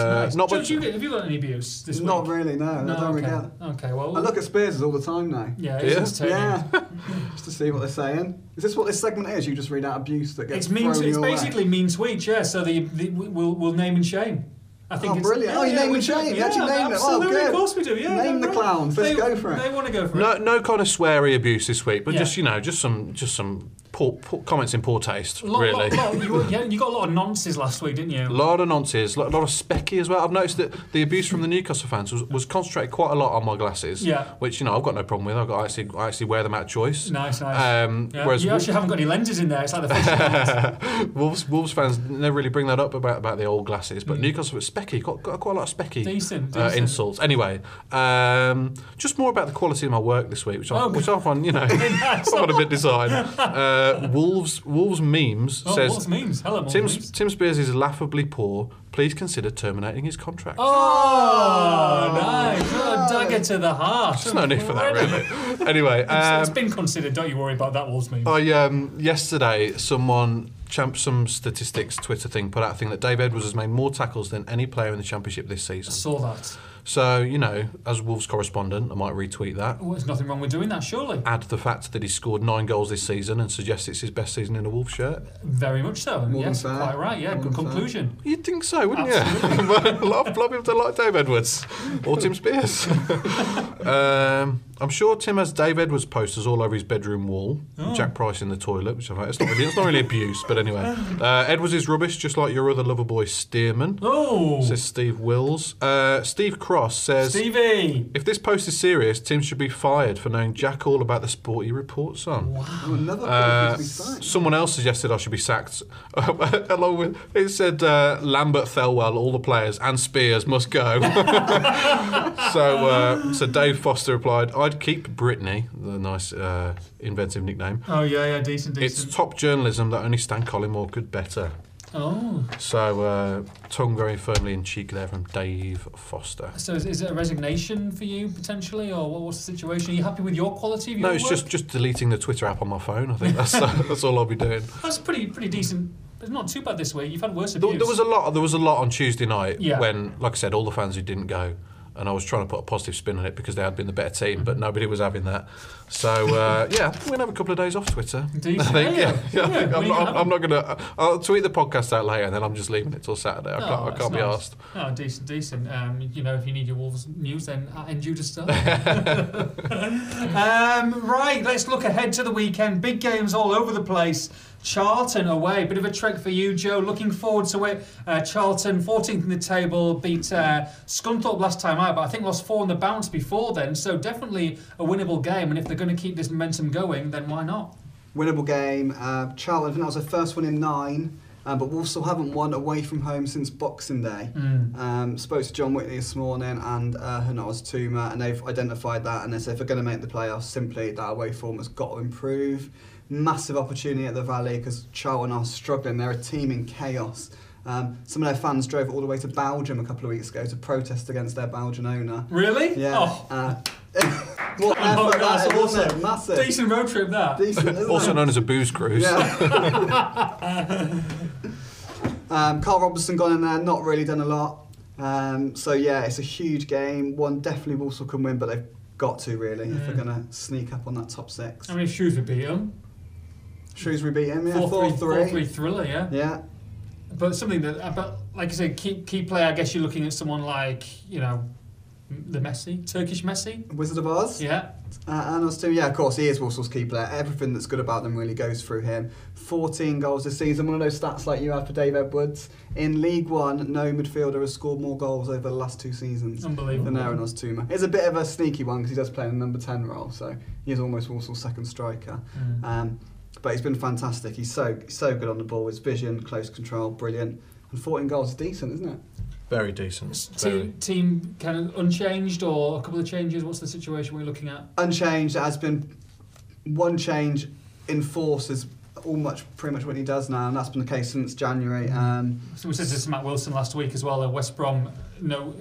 A: nice.
C: Not
A: Joe,
C: much.
A: do you get- have you got any abuse this
B: Uh, Not
A: week?
B: really, no. I don't
A: okay.
B: really get
A: Okay, well,
B: I look at Spears all the time now.
A: yeah,
C: Yeah.
A: it's entertaining.
B: Yeah, just to see what they're saying. Is this what this segment is? You just read out abuse that gets
A: It's mean.
B: thrown
A: It's
B: your way?
A: basically mean tweets. Yeah, so the, the we'll, we'll name and shame. I think
B: Oh,
A: it's,
B: brilliant. Oh, you named
A: we
B: the
A: should-
B: name. You
A: Yeah,
B: actually named it. Oh,
A: absolutely.
B: good.
A: Of course we do. Yeah, they're
B: Name the
A: right.
B: clowns. Let's
A: They-
B: go for it.
A: They want to go for
C: No,
A: it.
C: no kind of sweary abuse this week, but
A: Yeah.
C: just you know, just some, just some poor, poor comments in poor taste,
A: Lot,
C: really.
A: lot, lot. You, were- yeah, you got a lot of nonsense last week, didn't you?
C: A lot of nonsense, a lot lot of specky as well. I've noticed that the abuse from the Newcastle fans was, was concentrated quite a lot on my glasses,
A: Yeah.
C: which you know I've got no problem with. I've got I actually I actually wear them out of choice.
A: Nice, nice.
C: Um,
A: Yeah.
C: Whereas
A: you
C: Wol-
A: actually haven't got any lenses in there. It's like the fish.
C: Wolves Wolves fans never really bring that up about, about the old glasses, but Newcastle specky got, got quite a lot of specky
A: Mm. Decent,
C: uh,
A: decent.
C: insults. Anyway, um, just more about the quality of my work this week, which I
A: Oh,
C: which I find you know I find a bit designed. Uh, Wolves Wolves memes
A: Oh,
C: says
A: what's memes? Hello, what's
C: Tim
A: memes?
C: Tim Spears is laughably poor. Please consider terminating his contract.
A: Oh, nice. What a dagger to the heart.
C: There's no need for that really. anyway,
A: It's- it's
C: um,
A: been considered. Don't you worry about that Wolves meme.
C: I um, yesterday someone champ some statistics Twitter thing put out a thing that Dave Edwards has made more tackles than any player in the championship this season.
A: saw that.
C: So you know, as Wolves correspondent, I might retweet that.
A: Well, Oh, there's nothing wrong with doing that, surely.
C: Add the fact that he scored nine goals this season and suggest it's his best season in a Wolves shirt.
A: Very much so.
B: than
A: yes,
B: fair.
A: quite right. Yeah,
B: More
A: good
B: than fair.
A: conclusion.
C: You'd think so, wouldn't you? But a lot of blob people don't like Dave Edwards or Tim Spears. um, I'm sure Tim has Dave Edwards posters all over his bedroom wall. Jack Price in the toilet, which I think it's not really, it's not really abuse, but anyway. Uh, Edwards is rubbish, just like your other lover boy Stearman.
A: Oh,
C: Says Steve Wills. Uh, Steve Cross says.
A: Stevie.
C: If this post is serious, Tim should be fired for knowing jack all about the sport he reports on.
B: Oh, another
C: Uh,
B: person to be sacked.
C: someone else suggested I should be sacked, along with it said uh, Lambert Thelwell, all the players, and Spears must go. so, uh, so Dave Foster replied, "I'd keep Brittany, the nice uh, inventive nickname.
A: Oh yeah, yeah, decent,
C: It's
A: decent.
C: top journalism that only Stan Collymore could better."
A: oh,
C: So, uh, tongue very firmly in cheek there from Dave Foster.
A: so is, is it a resignation for you potentially, or what, what's the situation? Are you happy with your quality of your
C: No, it's
A: work?
C: just just deleting the Twitter app on my phone. I think that's that's all I'll be doing.
A: that's pretty pretty decent. It's not too bad this week. You've had worse abuse.
C: There, there was a lot. There was a lot on Tuesday night
A: Yeah.
C: when, like I said, all the fans who didn't go, and I was trying to put a positive spin on it because they had been the better team, but nobody was having that. So uh, yeah, we're gonna have a couple of days off Twitter.
A: Decent.
C: I think,
A: Yeah, yeah.
C: yeah, yeah, I think
A: Yeah,
C: I'm,
A: we
C: not,
A: have.
C: I'm, I'm not gonna. I'll tweet the podcast out later, and then I'm just leaving it till Saturday. I
A: Oh,
C: can't. I
A: that's
C: can't be
A: nice.
C: asked.
A: Oh, decent, decent. Um, you know, if you need your Wolves news, then at end Judas Star. um, right, let's look ahead to the weekend. Big games all over the place. Charlton away, bit of a trek for you, Joe. Looking forward to it. Uh, Charlton, 14th in the table, beat uh, Scunthorpe last time out, but I think lost four on the bounce before then. So definitely a winnable game. And if they're going to keep this momentum going, then why not?
B: Winnable game. Uh, Charlton, I think that was their first one in nine. Uh, but Walsall haven't won away from home since Boxing Day. Um, spoke to John Whitney this morning and uh, Hanoz Tuma, and they've identified that. And they said if they're going to make the playoffs, simply that away form has got to improve. Massive opportunity at the Valley because Charlton are struggling. They're a team in chaos. Um, some of their fans drove all the way to Belgium a couple of weeks ago to protest against their Belgian owner.
A: Really?
B: Yeah.
A: Oh,
B: Uh, what
A: Oh,
B: effort
A: that's
B: that is, wasn't
A: awesome.
B: it? Massive.
A: decent road trip that.
B: Decent, isn't
C: Also
B: it?
C: known as a booze cruise.
B: Yeah. um, Carl Robinson gone in there, not really done a lot. Um, so yeah, it's a huge game. One definitely Walsall can win, but they've got to really if they're
A: Mm.
B: going to sneak up on that top six.
A: How many shoes would beat them?
B: Shrewsbury beat him, yeah,
A: Four, three,
B: four-three.
A: four, three thriller, yeah.
B: Yeah,
A: But something that, uh, but like I said, key, key player. I guess you're looking at someone like you know, the Messi, Turkish Messi.
B: Wizard of Oz.
A: Yeah,
B: Uh, and Austin, yeah, of course, he is Walsall's key player. Everything that's good about them really goes through him. 14 goals this season, one of those stats like you had for Dave Edwards. In League One, no midfielder has scored more goals over the last two seasons
A: unbelievable.
B: than Aaron Ostuma. It's a bit of a sneaky one because he does play in the number 10 role, so he is almost Walsall's second striker.
A: Mm.
B: Um, but he's been fantastic. He's so so good on the ball. His vision, close control, brilliant. And 14 goals is decent, isn't it?
C: Very decent. Very.
A: Team, team kind of unchanged or a couple of changes. What's the situation we're looking at?
B: Unchanged, it has been one change in force is all much pretty much what he does now, and that's been the case since January. Um,
A: So we said this to Matt Wilson last week as well. That West Brom, no,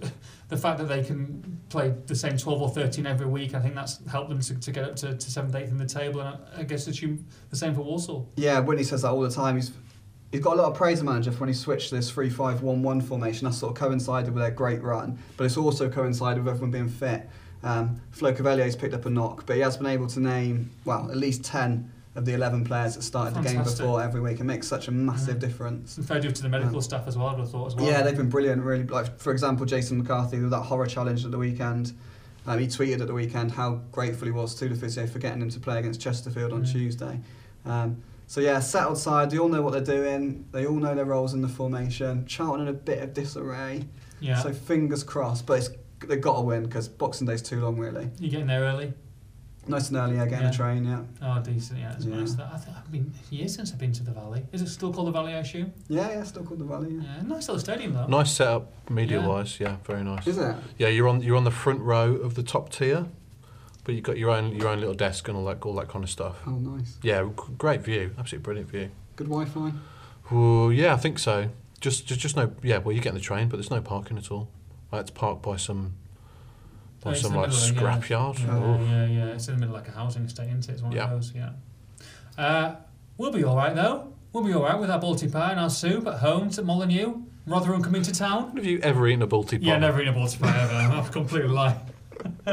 A: the fact that they can play the same twelve or thirteen every week, I think that's helped them to, to get up to, to seventh, eighth in the table. And I, I guess assume the same for Walsall.
B: Yeah, Whitney says that all the time. He's he's got a lot of praise the manager for when he switched to this three five one one formation. That sort of coincided with their great run, but it's also coincided with everyone being fit. Um, Flo Cavallier's picked up a knock, but he has been able to name well at least ten of the 11 players that started the game
A: Fantastic.
B: before every week. It makes such a massive difference.
A: Some fair due to the medical staff as well, I would have thought as well.
B: Yeah, they've been brilliant, really. Like, for example, Jason McCarthy with that horror challenge at the weekend. Um, he tweeted at the weekend how grateful he was to the physio for getting him to play against Chesterfield on
A: Mm.
B: Tuesday. Um, so yeah, settled side. They all know what they're doing. They all know their roles in the formation. Charlton in a bit of disarray.
A: yeah.
B: So fingers crossed, but it's, they've got to win because Boxing Day's too long, really.
A: You're getting there early.
B: Nice and early, yeah, getting
A: Yeah.
B: a train, yeah.
A: Oh, decent. Yeah, that's
B: Yeah.
A: nice. That, I think I've been years since I've been to the Valley. Is it still called the Valley? I assume.
B: Yeah, yeah, still called the Valley. Yeah.
A: Yeah, nice little stadium though.
C: Nice setup, media
A: Yeah.
C: wise. Yeah, very nice.
B: Is it?
C: Yeah, you're on you're on the front row of the top tier, but you've got your own your own little desk and all that all that kind of stuff.
B: Oh, nice.
C: Yeah, g- great view, absolutely brilliant view.
B: Good Wi Fi.
C: Well, yeah, I think so. Just just just no. Yeah, well, you get on the train, but there's no parking at all. Like, it's parked by some by
A: It's in
C: some
A: the
C: like
A: middle, yeah.
C: scrapyard.
A: Yeah,
C: Oh.
A: yeah, yeah. It's in the middle of like a housing estate, isn't it? It's one
C: Yeah.
A: of those. Yeah. Uh, we'll be all right though. We'll be all right with our Balti pie and our soup at home to Molyneux. Rotherham coming to town.
C: Have you ever eaten a balti
A: Yeah,
C: pie?
A: never eaten a Balti pie ever. I'm completely lying.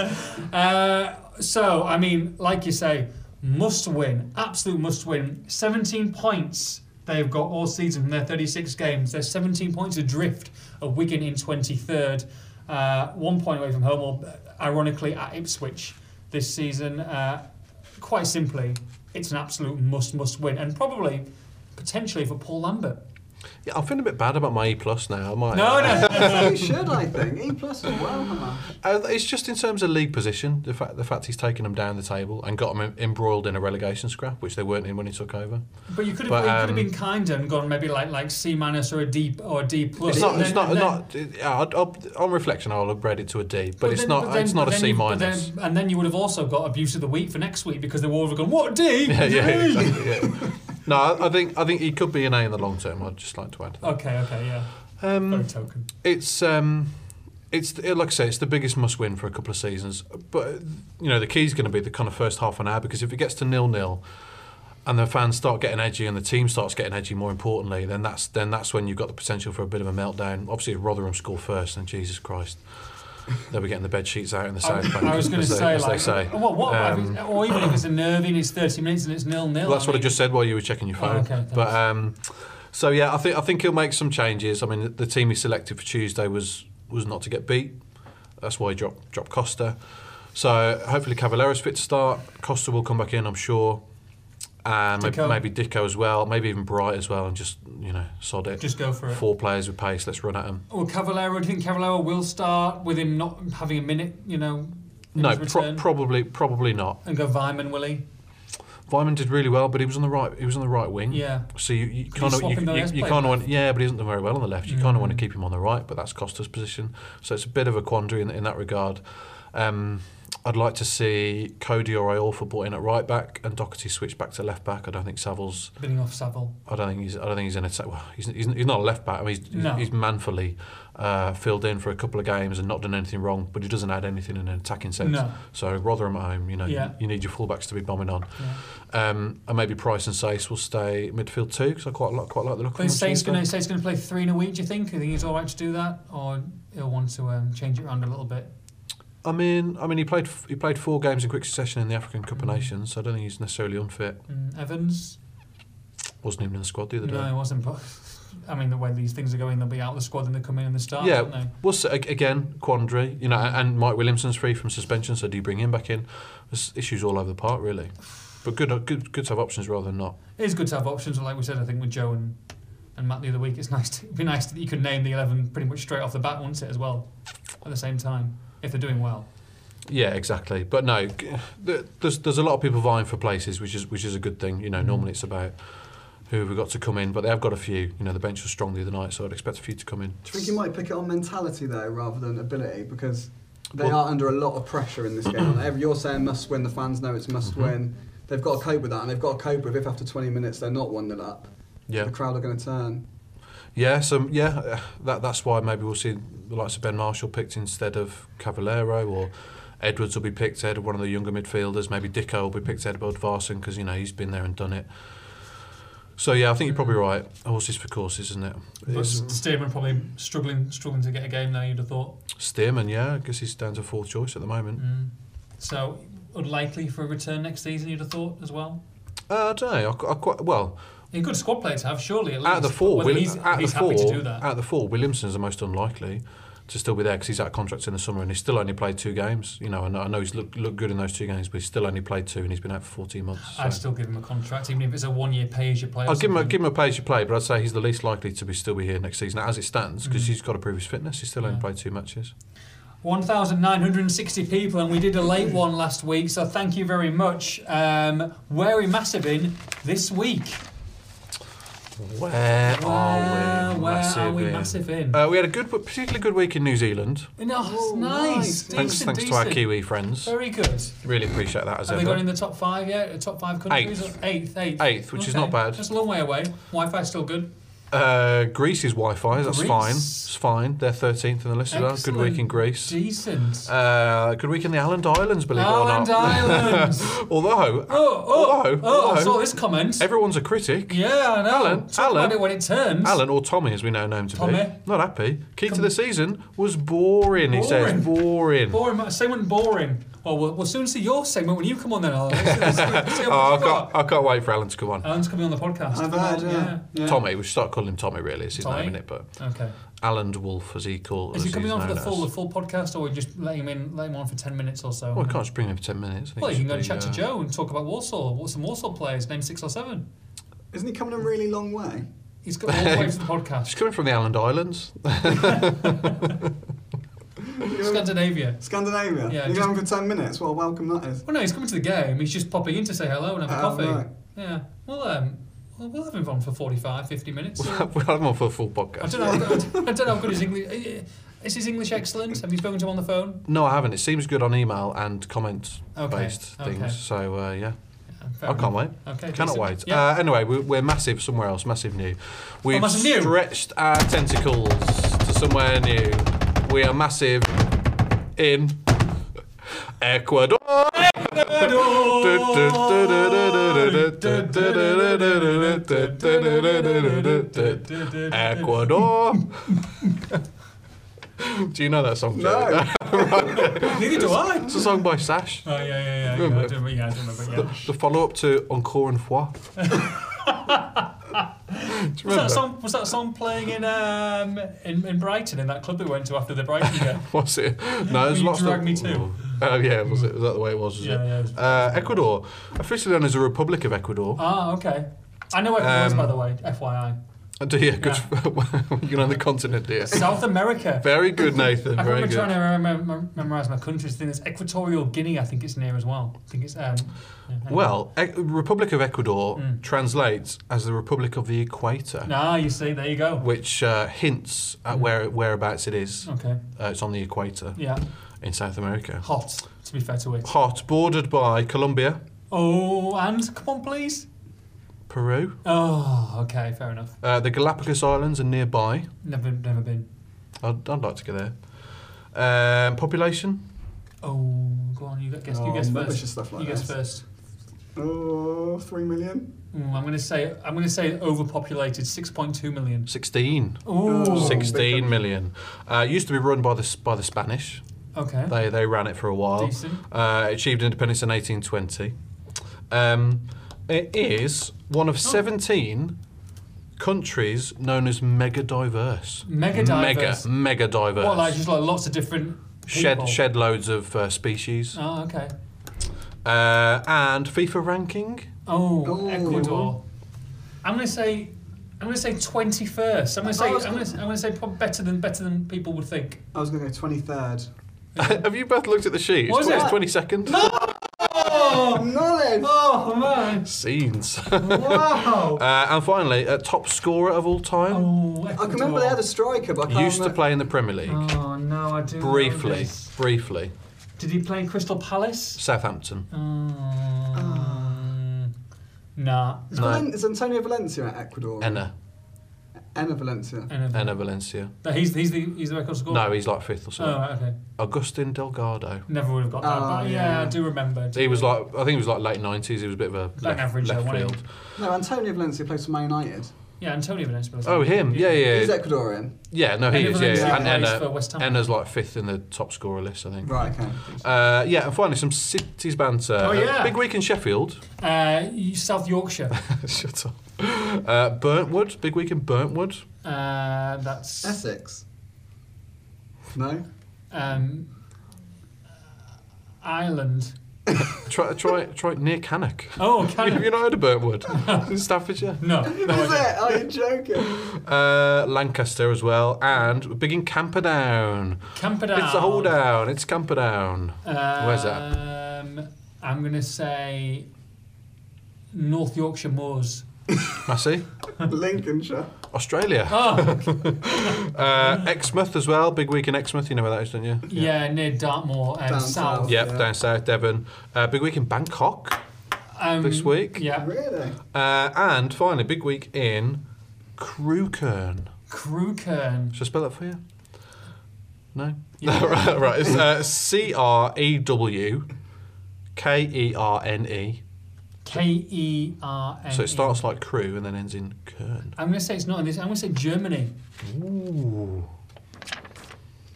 A: uh, so, I mean, like you say, must win, absolute must win. 17 points they've got all season from their 36 games. They're 17 points adrift of Wigan in 23rd, uh, one point away from home, or uh, ironically at Ipswich this season. Uh, quite simply, it's an absolute must, must win, and probably potentially for Paul Lambert.
C: Yeah, I'm feeling a bit bad about my E plus now. I might.
A: No, no.
B: you should, I think. E plus as well, Hannah.
C: Uh, it's just in terms of league position, the fact the fact he's taken them down the table and got them embroiled in a relegation scrap, which they weren't in when he took over.
A: But you could have,
C: But,
A: you could have
C: um,
A: been kinder and gone maybe like like C minus or a D or a D plus.
C: It's not. It's
A: Then-
C: not.
A: then-
C: Not. yeah, I'd, I'd, on reflection, I'll upgrade it to a D, but, it's
A: then-
C: not.
A: but then-
C: it's not
A: but
C: a C
A: then- but
C: minus.
A: then- And then you would have also got abuse of the week for next week because they were all going what D?
C: Yeah, yeah,
A: D?"
C: exactly, yeah. No, I, I think I think he could be an A in the long term. I'd just like to add. That.
A: Okay, okay, yeah. Very
C: Um,
A: token.
C: it's um, it's it, like I say, it's the biggest must win for a couple of seasons. But you know, the key is going to be the kind of first half an hour because if it gets to nil nil, and the fans start getting edgy and the team starts getting edgy. More importantly, then that's then that's when you've got the potential for a bit of a meltdown. Obviously, if Rotherham score first, then Jesus Christ. They'll be getting the bed sheets out in the south bank.
A: I was going to
C: as they-
A: say
C: as they
A: like,
C: say.
A: what, what,
C: Um,
A: or even if it's a nervy and it's thirty minutes and it's nil nil.
C: well, that's what I just said while you were checking your
A: Oh,
C: phone.
A: okay,
C: but
A: thanks.
C: um, so yeah, I think I think he'll make some changes. I mean, the, the team he selected for Tuesday was was not to get beat. That's why he dropped dropped Costa. So hopefully Cavalera's fit to start. Costa will come back in, I'm sure. And
A: Dicko.
C: maybe, maybe Dicko as well. Maybe even Bright as well, and just you know sod it.
A: Just go for it.
C: Four players with pace. Let's run at them.
A: Well, Cavallero, do you think Cavallero will start with him not having a minute? You know, in
C: No,
A: his
C: pro-
A: return?
C: probably probably not.
A: and go Vyman, will he?
C: Vyman did really well, but he was on the right. He was on the right wing.
A: Yeah.
C: So you, you
A: Could you
C: kind of
A: swap
C: you,
A: him though?
C: you,
A: Let's
C: you
A: play
C: kind
A: him
C: of want yeah, but he doesn't do very well on the left. You kind of
A: Mm.
C: want to keep him on the right, but that's Costa's position. So it's a bit of a quandary in, in that regard. Um, I'd like to see Cody or Iorfa brought in at right back and Doherty switched back to left back. I don't think Savile's.
A: Bidding off Savile.
C: I don't think he's. I don't think he's in a. Well, he's, he's, he's not a left back. I mean, he's, he's-
A: No.
C: he's manfully uh, filled in for a couple of games and not done anything wrong, but he doesn't add anything in an attacking sense.
A: No.
C: So Rotherham at home, you know,
A: Yeah.
C: you need your fullbacks to be bombing on.
A: Yeah.
C: Um, and maybe Price and Sace will stay midfield too because I quite like quite like the look
A: But
C: of them.
A: is Say's
C: Tuesday.
A: going to play three in a week, do you think? Do you think he's all right to do that? Or he'll want to um, change it around a little bit?
C: I mean, I mean, he played f- he played four games in quick succession in the African Cup of Nations, so I don't think he's necessarily unfit.
A: Mm, Evans?
C: Wasn't even in the squad the other
A: No,
C: day.
A: he wasn't. But I mean, the way these things are going, they'll be out of the squad and they'll come in in the start,
C: Yeah.
A: won't they?
C: Well, so, ag- again, quandary, you know, a- and Mike Williamson's free from suspension, so do you bring him back in? There's issues all over the park, really. But good, good, good to have options rather than not.
A: It is good to have options, like we said, I think, with Joe and, and Matt the other week. It's nice to, it'd be nice that you could name the 11 pretty much straight off the bat, wouldn't it, as well, at the same time, if they're doing well.
C: Yeah, exactly. But no, g- th- there's there's a lot of people vying for places, which is which is a good thing. You know, normally it's about who have we got to come in, but they have got a few. You know, the bench was strong the other night, so I'd expect a few to come in.
B: Do you think you might pick it on mentality though, rather than ability, because they
C: Well-
B: are under a lot of pressure in this game. Like, You're saying must win. The fans know it's
C: Mm-hmm.
B: must win. They've got to cope with that, and they've got to cope with if after 20 minutes they're not one 0 up,
C: Yeah,
B: the crowd are going to turn.
C: yeah. So yeah, uh, that that's why maybe we'll see the likes of Ben Marshall picked instead of Cavallero or. Edwards will be picked ahead of one of the younger midfielders. Maybe Dicko will be picked ahead of Varson because you know he's been there and done it. So yeah, I think you're probably right. Horses for courses, isn't it?
A: But Stearman probably struggling struggling to get a game there, you'd have thought.
C: Stearman, yeah, I guess he's down to fourth choice at the moment.
A: Mm. So, unlikely for a return next season, you'd have thought, as well.
C: Uh, I don't know. I, I quite well.
A: A good squad player to have, surely. At least.
C: Out of the four,
A: Whether
C: Will,
A: he's,
C: out of
A: he's
C: the
A: happy
C: four, Ah,
A: to do that.
C: out of the four, Williamson's the most unlikely to still be there because he's out of contract in the summer and he's still only played two games. You know, and I know he's looked looked good in those two games, but he's still only played two and he's been out for fourteen months. so.
A: I'd still give him a contract, even if it's a one-year pay-as-you play. or
C: I'll give him, a,
A: something.
C: give him a page to play, but I'd say he's the least likely to be still be here next season as it stands because he's got to prove his fitness. He's still only
A: Mm. Yeah.
C: played two matches.
A: 1,960 people, and we did a late one last week, so thank you very much. Um, where are we massive in this week?
C: Where,
A: Where,
C: are we?
A: where are we
C: in?
A: massive in?
C: Uh, we had a good, particularly good week in New Zealand.
A: no, it's
B: Oh,
A: nice.
B: nice.
C: Thanks,
A: Decent,
C: thanks
A: decent.
C: to our Kiwi friends.
A: Very good.
C: Really appreciate that as
A: Have they got
C: ever.
A: in the top five yet? Top five countries?
C: Eighth.
A: Eighth, eighth.
C: Eighth, which is
A: Okay.
C: not bad.
A: That's a long way away. Wi Fi's still good.
C: Uh, Greece's Wi-Fi, that's
A: Greece.
C: fine. It's fine. They're 13th in the list as well. Good week in
A: Excellent.
C: Greece.
A: Decent.
C: Uh, good week in the Island Islands, believe
A: Island
C: it or not.
A: Islands.
C: Although,
A: Oh, oh,
C: Although-
A: oh, I
C: although-
A: saw this comment.
C: everyone's a critic.
A: yeah, I know.
C: Alan,
A: Talk
C: Alan,
A: about it when it turns.
C: Alan, or Tommy as we now know him to be,
A: Tommy.
C: not happy. Key to the season was boring, he says. Boring.
A: Boring, mate. segment boring. Well, well, we'll soon see your segment when you come on then, Alan. Let's see- let's see what Uh,
C: Oh, I
A: you've got.
C: can't, I can't wait for Alan to come on.
A: Alan's coming on the podcast.
B: I've uh,
A: Come
B: heard,
A: on,
B: yeah. yeah.
C: Tommy, we should start calling him Tommy really, is his
A: Tommy?
C: name in it, but
A: Okay.
C: Alan Wolf as he calls
A: Is he coming on for the full,
C: Well,
A: the full podcast, or we just let him in, let him on for ten minutes or so?
C: we can't just bring him in for 10 minutes. I think
A: Well,
C: it
A: you can
C: should
A: go and
C: be,
A: chat to
C: uh,
A: Joe and talk about Warsaw. What's some Warsaw players? Name six or seven.
B: Isn't he coming a really long way?
A: He's got all the way to the
C: He's
A: podcast.
C: coming from the Island Islands.
A: Scandinavia.
B: Scandinavia.
A: Yeah,
B: You're
A: just-
B: going for 10 minutes. What a welcome that is.
A: Well, no, he's coming to the game. He's just popping in to say hello and have a
B: Oh,
A: coffee.
B: right.
A: Yeah. Well, um, well, we'll have him on for 45, 50 minutes.
C: we'll have him on for a full
A: I
C: podcast.
A: don't know. I don't, I don't know how good his English. Is his English excellent? Have you spoken to him on the phone?
C: No, I haven't. It seems good on email and comment
A: Okay,
C: based
A: okay.
C: things. So, uh, yeah,
A: Yeah, fair
C: I can't
A: enough.
C: wait.
A: Okay.
C: Cannot
A: decent.
C: wait.
A: Yeah. Oh,
C: Uh, anyway, we're, we're massive somewhere else, massive new. We've
A: massive new?
C: stretched our tentacles to somewhere new. We are massive in Ecuador. Ecuador. Do you know that song? Joe?
B: No.
A: Neither do I.
C: It's a song by Sash.
A: Oh yeah, yeah, yeah. yeah, I
C: Remember?
A: don't, yeah, I don't remember. Yeah.
C: The follow up to Encore and Foi. Do you
A: Was
C: remember?
A: that song? Was that song playing in um in, in Brighton in that club we went to after the Brighton game?
C: Was it? No, there's
A: You
C: lots
A: drag
C: of.
A: me too.
C: Oh, yeah, was it? Was that the way it was? Was
A: Yeah, yeah, it was-
C: it? Uh, Ecuador, officially known as the Republic of Ecuador.
A: Ah, okay. I know everyone's
C: Um,
A: by the way. FYI,
C: Uh, do you? Good. You're on the continent, dear.
A: South America.
C: Very good, Nathan.
A: I
C: Very
A: remember
C: good.
A: trying to mem- mem- memorize my countries. I think it's Equatorial Guinea. I think it's near as well. I think it's um. yeah, hang on.
C: Well, e- Republic of Ecuador
A: Mm.
C: translates as the Republic of the Equator,
A: Nah, you see, there you go.
C: which uh, hints
A: Mm.
C: at where whereabouts it is.
A: Okay.
C: Uh, it's on the equator
A: Yeah.
C: in South America.
A: Hot. To be fair to it.
C: Hot, bordered by Colombia,
A: Oh, and come on, please.
C: Peru,
A: Oh, okay, fair enough.
C: uh, the Galapagos Islands are nearby.
A: Never, never been.
C: I'd, I'd like to go there. Um, population?
A: Oh, go on, you gu- guess. you
B: Oh,
A: guess
B: rubbish
A: first.
B: and stuff like
A: you guess
B: that.
A: first.
B: Oh, three million?
A: Mm, I'm gonna say. I'm gonna say overpopulated. Six point two million.
C: 16.
A: Oh.
B: Oh. Six.
C: 16 million. Uh, it used to be run by the, S- by the Spanish.
A: Okay.
C: They, they ran it for a while.
A: Decent.
C: Uh, achieved independence in 1820. Um, it is one
A: Oh.
C: of 17 countries known as mega diverse.
A: Mega diverse.
C: Mega, mega diverse.
A: What like just like lots of different. people?
C: shed, shed loads of uh, species.
A: Oh, okay.
C: Uh, and FIFA ranking?
A: Oh,
B: Oh.
A: Ecuador. I'm gonna say, I'm gonna say twenty first. I'm gonna say,
B: I
A: I'm
B: was
A: gonna, I'm gonna say prob- better than better than people would think.
B: I was going to go 23rd.
C: Have you both looked at the sheet?
A: What is
C: it's
A: it?
C: 22nd.
B: Oh, knowledge!
A: Oh man!
C: Scenes.
B: Wow!
C: Uh, and finally, a top scorer of all time.
A: Oh,
B: I can remember they had a striker, but I can't
C: used to
B: remember-
C: play in the Premier League.
A: Oh no, I do. know
C: briefly.
A: this.
C: Briefly.
A: Did he play in Crystal Palace?
C: Southampton.
B: Ah.
A: Um, Nah.
B: Is,
C: No.
B: Valen- is Antonio Valencia at Ecuador?
C: Enna.
B: Enna Valencia.
A: And
C: Enna Valencia.
A: No, he's he's the he's the record scorer.
C: No, he's like fifth or
A: Oh,
C: something.
A: right, okay.
C: Augustin Delgado.
A: Never would have got that.
B: Oh,
A: but yeah,
B: yeah.
A: I do remember.
C: He was like, I think he was like late 90s. He was a bit of a
A: Like
C: left,
A: an average, though,
C: left
A: wasn't he?
C: field.
B: No, Antonio Valencia plays for Man United.
A: Yeah, Antonio Vinicius.
C: Oh, him. Yeah, yeah,
B: He's
C: yeah.
B: Ecuadorian.
C: Yeah, no, he
A: Any
C: is.
A: other
C: Yeah,
A: than
C: yeah.
A: Zach
C: and
A: Rice
C: Enna-
A: for West Ham?
C: Enna's like fifth in the top scorer list, I think.
B: Right, okay.
C: Uh, yeah, and finally some cities banter.
A: Oh, yeah.
C: Big week in Sheffield.
A: Uh, you- South Yorkshire.
C: Shut up. Uh, Burntwood. Big week in Burntwood.
A: Uh, that's
B: Essex. No?
A: um, Ireland.
C: Try, try, try near Cannock.
A: Oh,
C: Have you
A: Canada.
C: not heard of Burntwood? in Staffordshire.
A: No. no
B: Is
A: idea.
B: it? Are you joking?
C: Uh, Lancaster as well, and we're big in Camperdown.
A: Camperdown.
C: It's a hold down. It's Camperdown. Where's that?
A: Um, I'm going to say North Yorkshire Moors.
C: Massey,
B: Lincolnshire.
C: Australia.
A: Oh,
C: Uh, Exmouth as well. Big week in Exmouth. You know where that is, don't you?
A: yeah, near Dartmoor and
B: Down
A: South.
B: south.
C: Yep,
B: Yeah.
C: down south Devon. Uh, big week in Bangkok
A: Um,
C: this week.
A: Yeah.
B: Really?
C: Uh, and finally, big week in Crewkern.
A: Crewkern.
C: Should I spell that for you? No?
A: Yeah.
C: right, right. It's uh, C R E W K E R N E.
A: K E R N.
C: So it starts like crew and then ends in Kern.
A: I'm going to say it's not in this. I'm going to say Germany.
C: Ooh.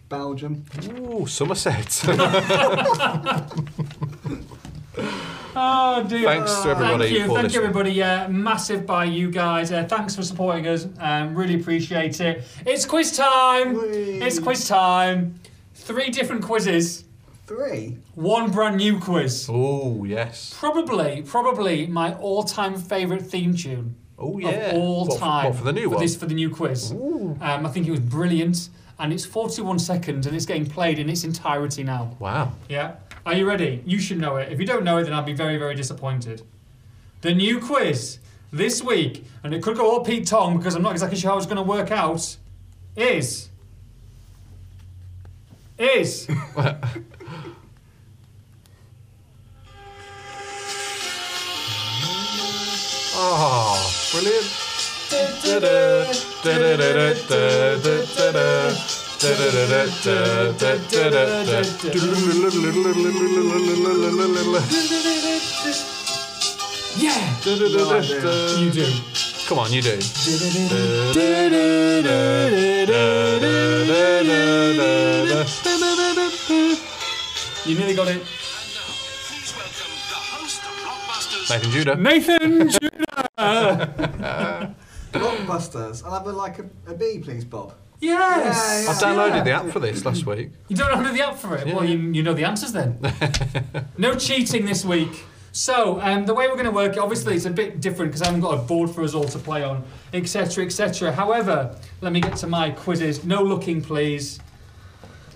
B: Belgium.
C: Ooh, Somerset.
A: Oh, dear.
C: Thanks to everybody
A: Thank you, thank you
C: for listening.
A: everybody. Yeah, massive by you guys. Uh, thanks for supporting us. Um, really appreciate it. It's quiz time.
B: Whee.
A: It's quiz time. Three different quizzes.
B: Three.
A: One brand new quiz.
C: Ooh, yes.
A: Probably, probably my all-time favorite theme tune
C: Oh, yeah.
A: of all
C: What f-
A: time.
C: what for the new
A: for
C: one?
A: This for the new quiz. Um, I think it was brilliant, and it's 41 seconds, and it's getting played in its entirety now.
C: Wow.
A: Yeah. Are you ready? You should know it. If you don't know it, then I'll be very, very disappointed. The new quiz this week, and it could go all Pete Tong because I'm not exactly sure how it's going to work out, is. Is.
C: Oh, brilliant.
A: yeah! You do.
C: Come on, you do.
A: You nearly got it.
D: Please welcome the host of Blockbusters.
C: Nathan Judah.
A: Nathan!
B: Blockbusters. I'll have a, like a, a B, please, Bob.
A: yes!
C: I
B: Yeah.
C: downloaded the app for this last week.
A: You don't know the app for it? Well, you, you know the answers then. no cheating this week. So, um, the way we're going to work it, obviously, it's a bit different because I haven't got a board for us all to play on, etc., etc. However, let me get to my quizzes. No looking, please.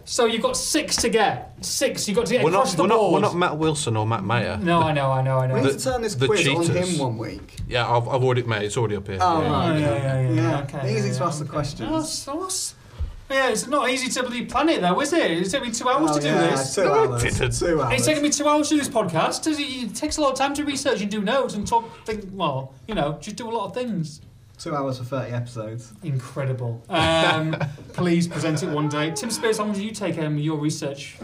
A: So, you've got six to get. Six. You've got to get
C: We're
A: across
C: not, we're
A: the
C: not,
A: board.
C: we're not Matt Wilson or Matt Mayer.
A: no, I know, I know, I know.
B: We need
C: The-
B: to turn this
C: the
B: quiz on
C: cheaters.
B: him one week.
C: Yeah, I've, I've already made It's already up here.
B: Oh,
C: yeah.
B: right.
A: yeah,
B: okay.
A: yeah, yeah, okay,
B: Easy
A: yeah,
B: to ask the
A: okay. Oh,
B: questions.
A: sauce. Yeah, it's not easy to bloody plan it though, is it? It took me two hours
B: Oh,
A: to do
B: yeah,
A: this.
B: Two hours.
C: didn't.
B: Two hours.
A: It's taken me two hours to do this podcast. Does It it takes a lot of time to research and do notes and talk. Think, well, you know, just do a lot of things.
B: Two hours for 30 episodes.
A: Incredible. Um, please present it one day. Tim Spears, how long did you take um, your research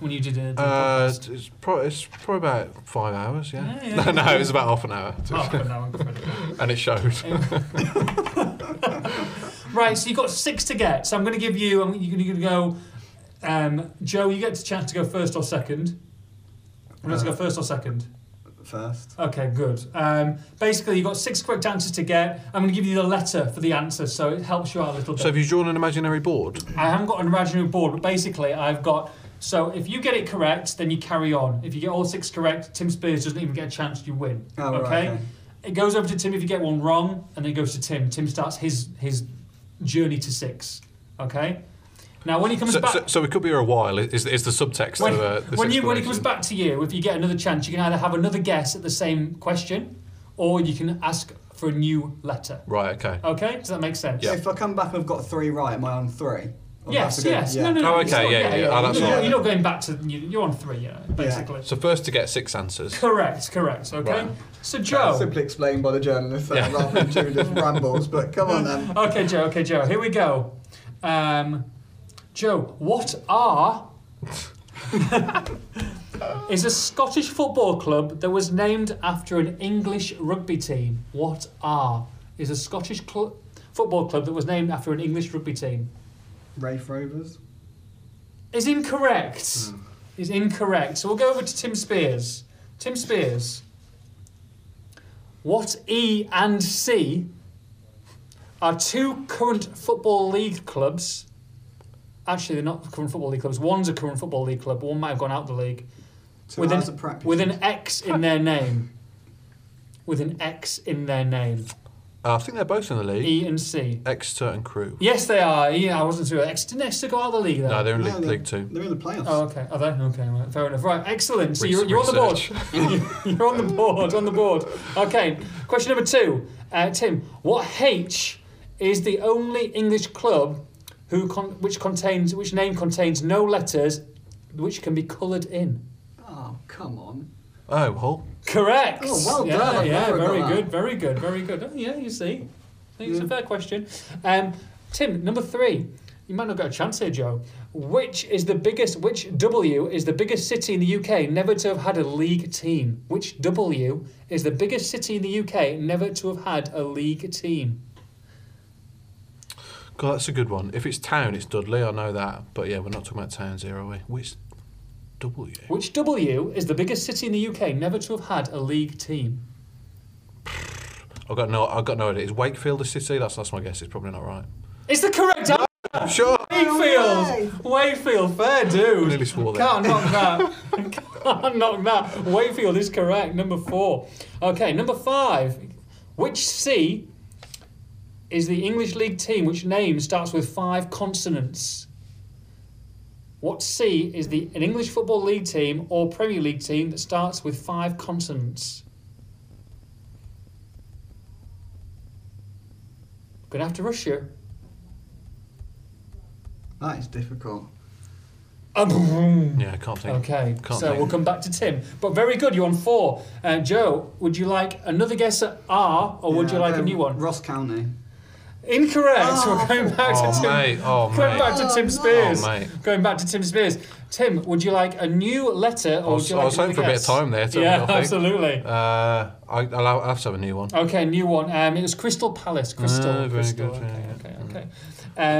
A: when you did it?
C: Uh, it's, it's, probably, it's probably about five hours, yeah.
A: Yeah, yeah.
C: no, it was about half an hour.
A: Oh, but no, incredible.
C: And it showed.
A: right, so you've got six to get. So I'm going to give you, I'm, you're going to go, um, Joe, you get a chance to go first or second. I'm going to
C: Uh-huh.
A: go first or second.
B: First.
A: Okay, good. Um, basically, you've got six quick answers to get. I'm going to give you the letter for the answer, so it helps you out a little bit.
C: So have you drawn an imaginary board?
A: I haven't got an imaginary board, but basically I've got. So if you get it correct, then you carry on. If you get all six correct, Tim Spears doesn't even get a chance. You win.
B: Oh, right, okay.
A: It goes over to Tim if you get one wrong, and then it goes to Tim. Tim starts his his journey to six. Okay. Now when he comes
C: So,
A: back.
C: so, so it could be a while, is, is the subtext
A: when,
C: of uh, this
A: when you when it comes
C: explanation.
A: back to you, if you get another chance, you can either have another guess at the same question, or you can ask for a new letter.
C: Right, okay.
A: Okay, does that make sense?
C: Yeah.
B: If I come back and I've got three right, am I on three? Or
A: Yes,
B: that's a good-
A: yes.
B: yeah.
A: No, no, no.
C: Oh,
A: it's
C: okay,
A: not-
C: yeah, yeah, yeah. Oh, that's
A: you're,
B: all right.
A: you're not going back to. you- You're on three, yeah, basically.
C: So first to get six answers.
A: Correct, correct. Okay.
C: Right.
A: So Joe.
B: Simply explained by the journalist uh,
C: Yeah.
B: rather than Judith rambles, but come on then.
A: Okay, Joe. Okay, Joe. Here we go. Um, Joe, what are is a Scottish football club that was named after an English rugby team? What are is a Scottish cl- football club that was named after an English rugby team.
B: Rafe Rovers.
A: Is incorrect.
B: Hmm.
A: Is incorrect. So we'll go over to Tim Spears. Tim Spears. What E and C are two current football league clubs? Actually, they're not current football league clubs. One's a current football league club. but One might have gone out the league
B: So
A: With an-
B: as a practice.
A: with an X in their name. With an X in their name.
C: Uh, I think they're both in the league.
A: E and C.
C: Exeter and Crew.
A: Yes, they are. Yeah, I wasn't sure. X didn't X to go out of the league though.
C: No, they're in
B: No,
C: League,
B: they're,
C: league Two.
B: They're in the playoffs.
A: Oh, okay. Are they? Okay, right. fair enough. Right, excellent. So you're,
C: Res-
A: you're on the board.
C: research.
A: you're on the board, on the board. Okay, question number two. Uh, Tim, what H is the only English club who con- which contains which name contains no letters which can be coloured in?
B: Oh, come on.
C: Oh, Hull.
A: Correct.
B: Oh, well
A: yeah,
B: done. I've
A: Yeah,
B: never got
A: very
B: that.
A: good, very good, very good. Oh, yeah, you see. I think it's a
B: Yeah.
A: fair question. Um, Tim, number three. You might not get a chance here, Joe. Which is the biggest, which W is the biggest city in the UK never to have had a league team? Which W is the biggest city in the UK never to have had a league team?
C: God, that's a good one. If it's Town, it's Dudley. I know that. But yeah, we're not talking about Towns here, are we? Which W?
A: Which W is the biggest city in the UK never to have had a league team?
C: I've got no. I've got no idea. Is Wakefield a city? That's that's my guess. It's probably not right.
A: It's the correct answer.
C: Sure.
A: Wakefield, Wakefield, fair dude.
C: Nearly swore there.
A: Can't knock that. Can't knock that. Wakefield is correct. Number four. Okay, number five. Which C is the English league team which name starts with five consonants? What C is the an English football league team or Premier League team that starts with five consonants? Gonna have to rush you.
B: That is difficult.
C: Yeah, I can't think.
A: Okay,
C: Can't
A: so
C: think.
A: we'll come back to Tim. But very good, you're on four. Uh, Joe, would you like another guess at R or would
B: Yeah,
A: you like a
B: um,
A: new one?
B: Ross County.
A: Incorrect.
B: Oh.
A: We're going back to
C: Oh
A: Tim.
C: mate. Oh
A: Going
C: mate.
A: back to
B: Oh,
A: Tim
B: no.
A: Spears.
C: Oh, mate.
A: Going back to Tim Spears. Tim, would you like a new letter
C: I
A: or would
C: was,
A: you
C: I
A: like
C: was hoping for a
A: another
C: bit
A: guess?
C: of time there. To
A: Yeah,
C: I think.
A: absolutely.
C: Uh, I, I'll, I'll have to have a new one.
A: Okay, new one. Um, it was Crystal Palace. Crystal.
C: Ah, very
A: Crystal.
C: good, Mm.
A: Okay,
C: yeah,
A: okay, okay.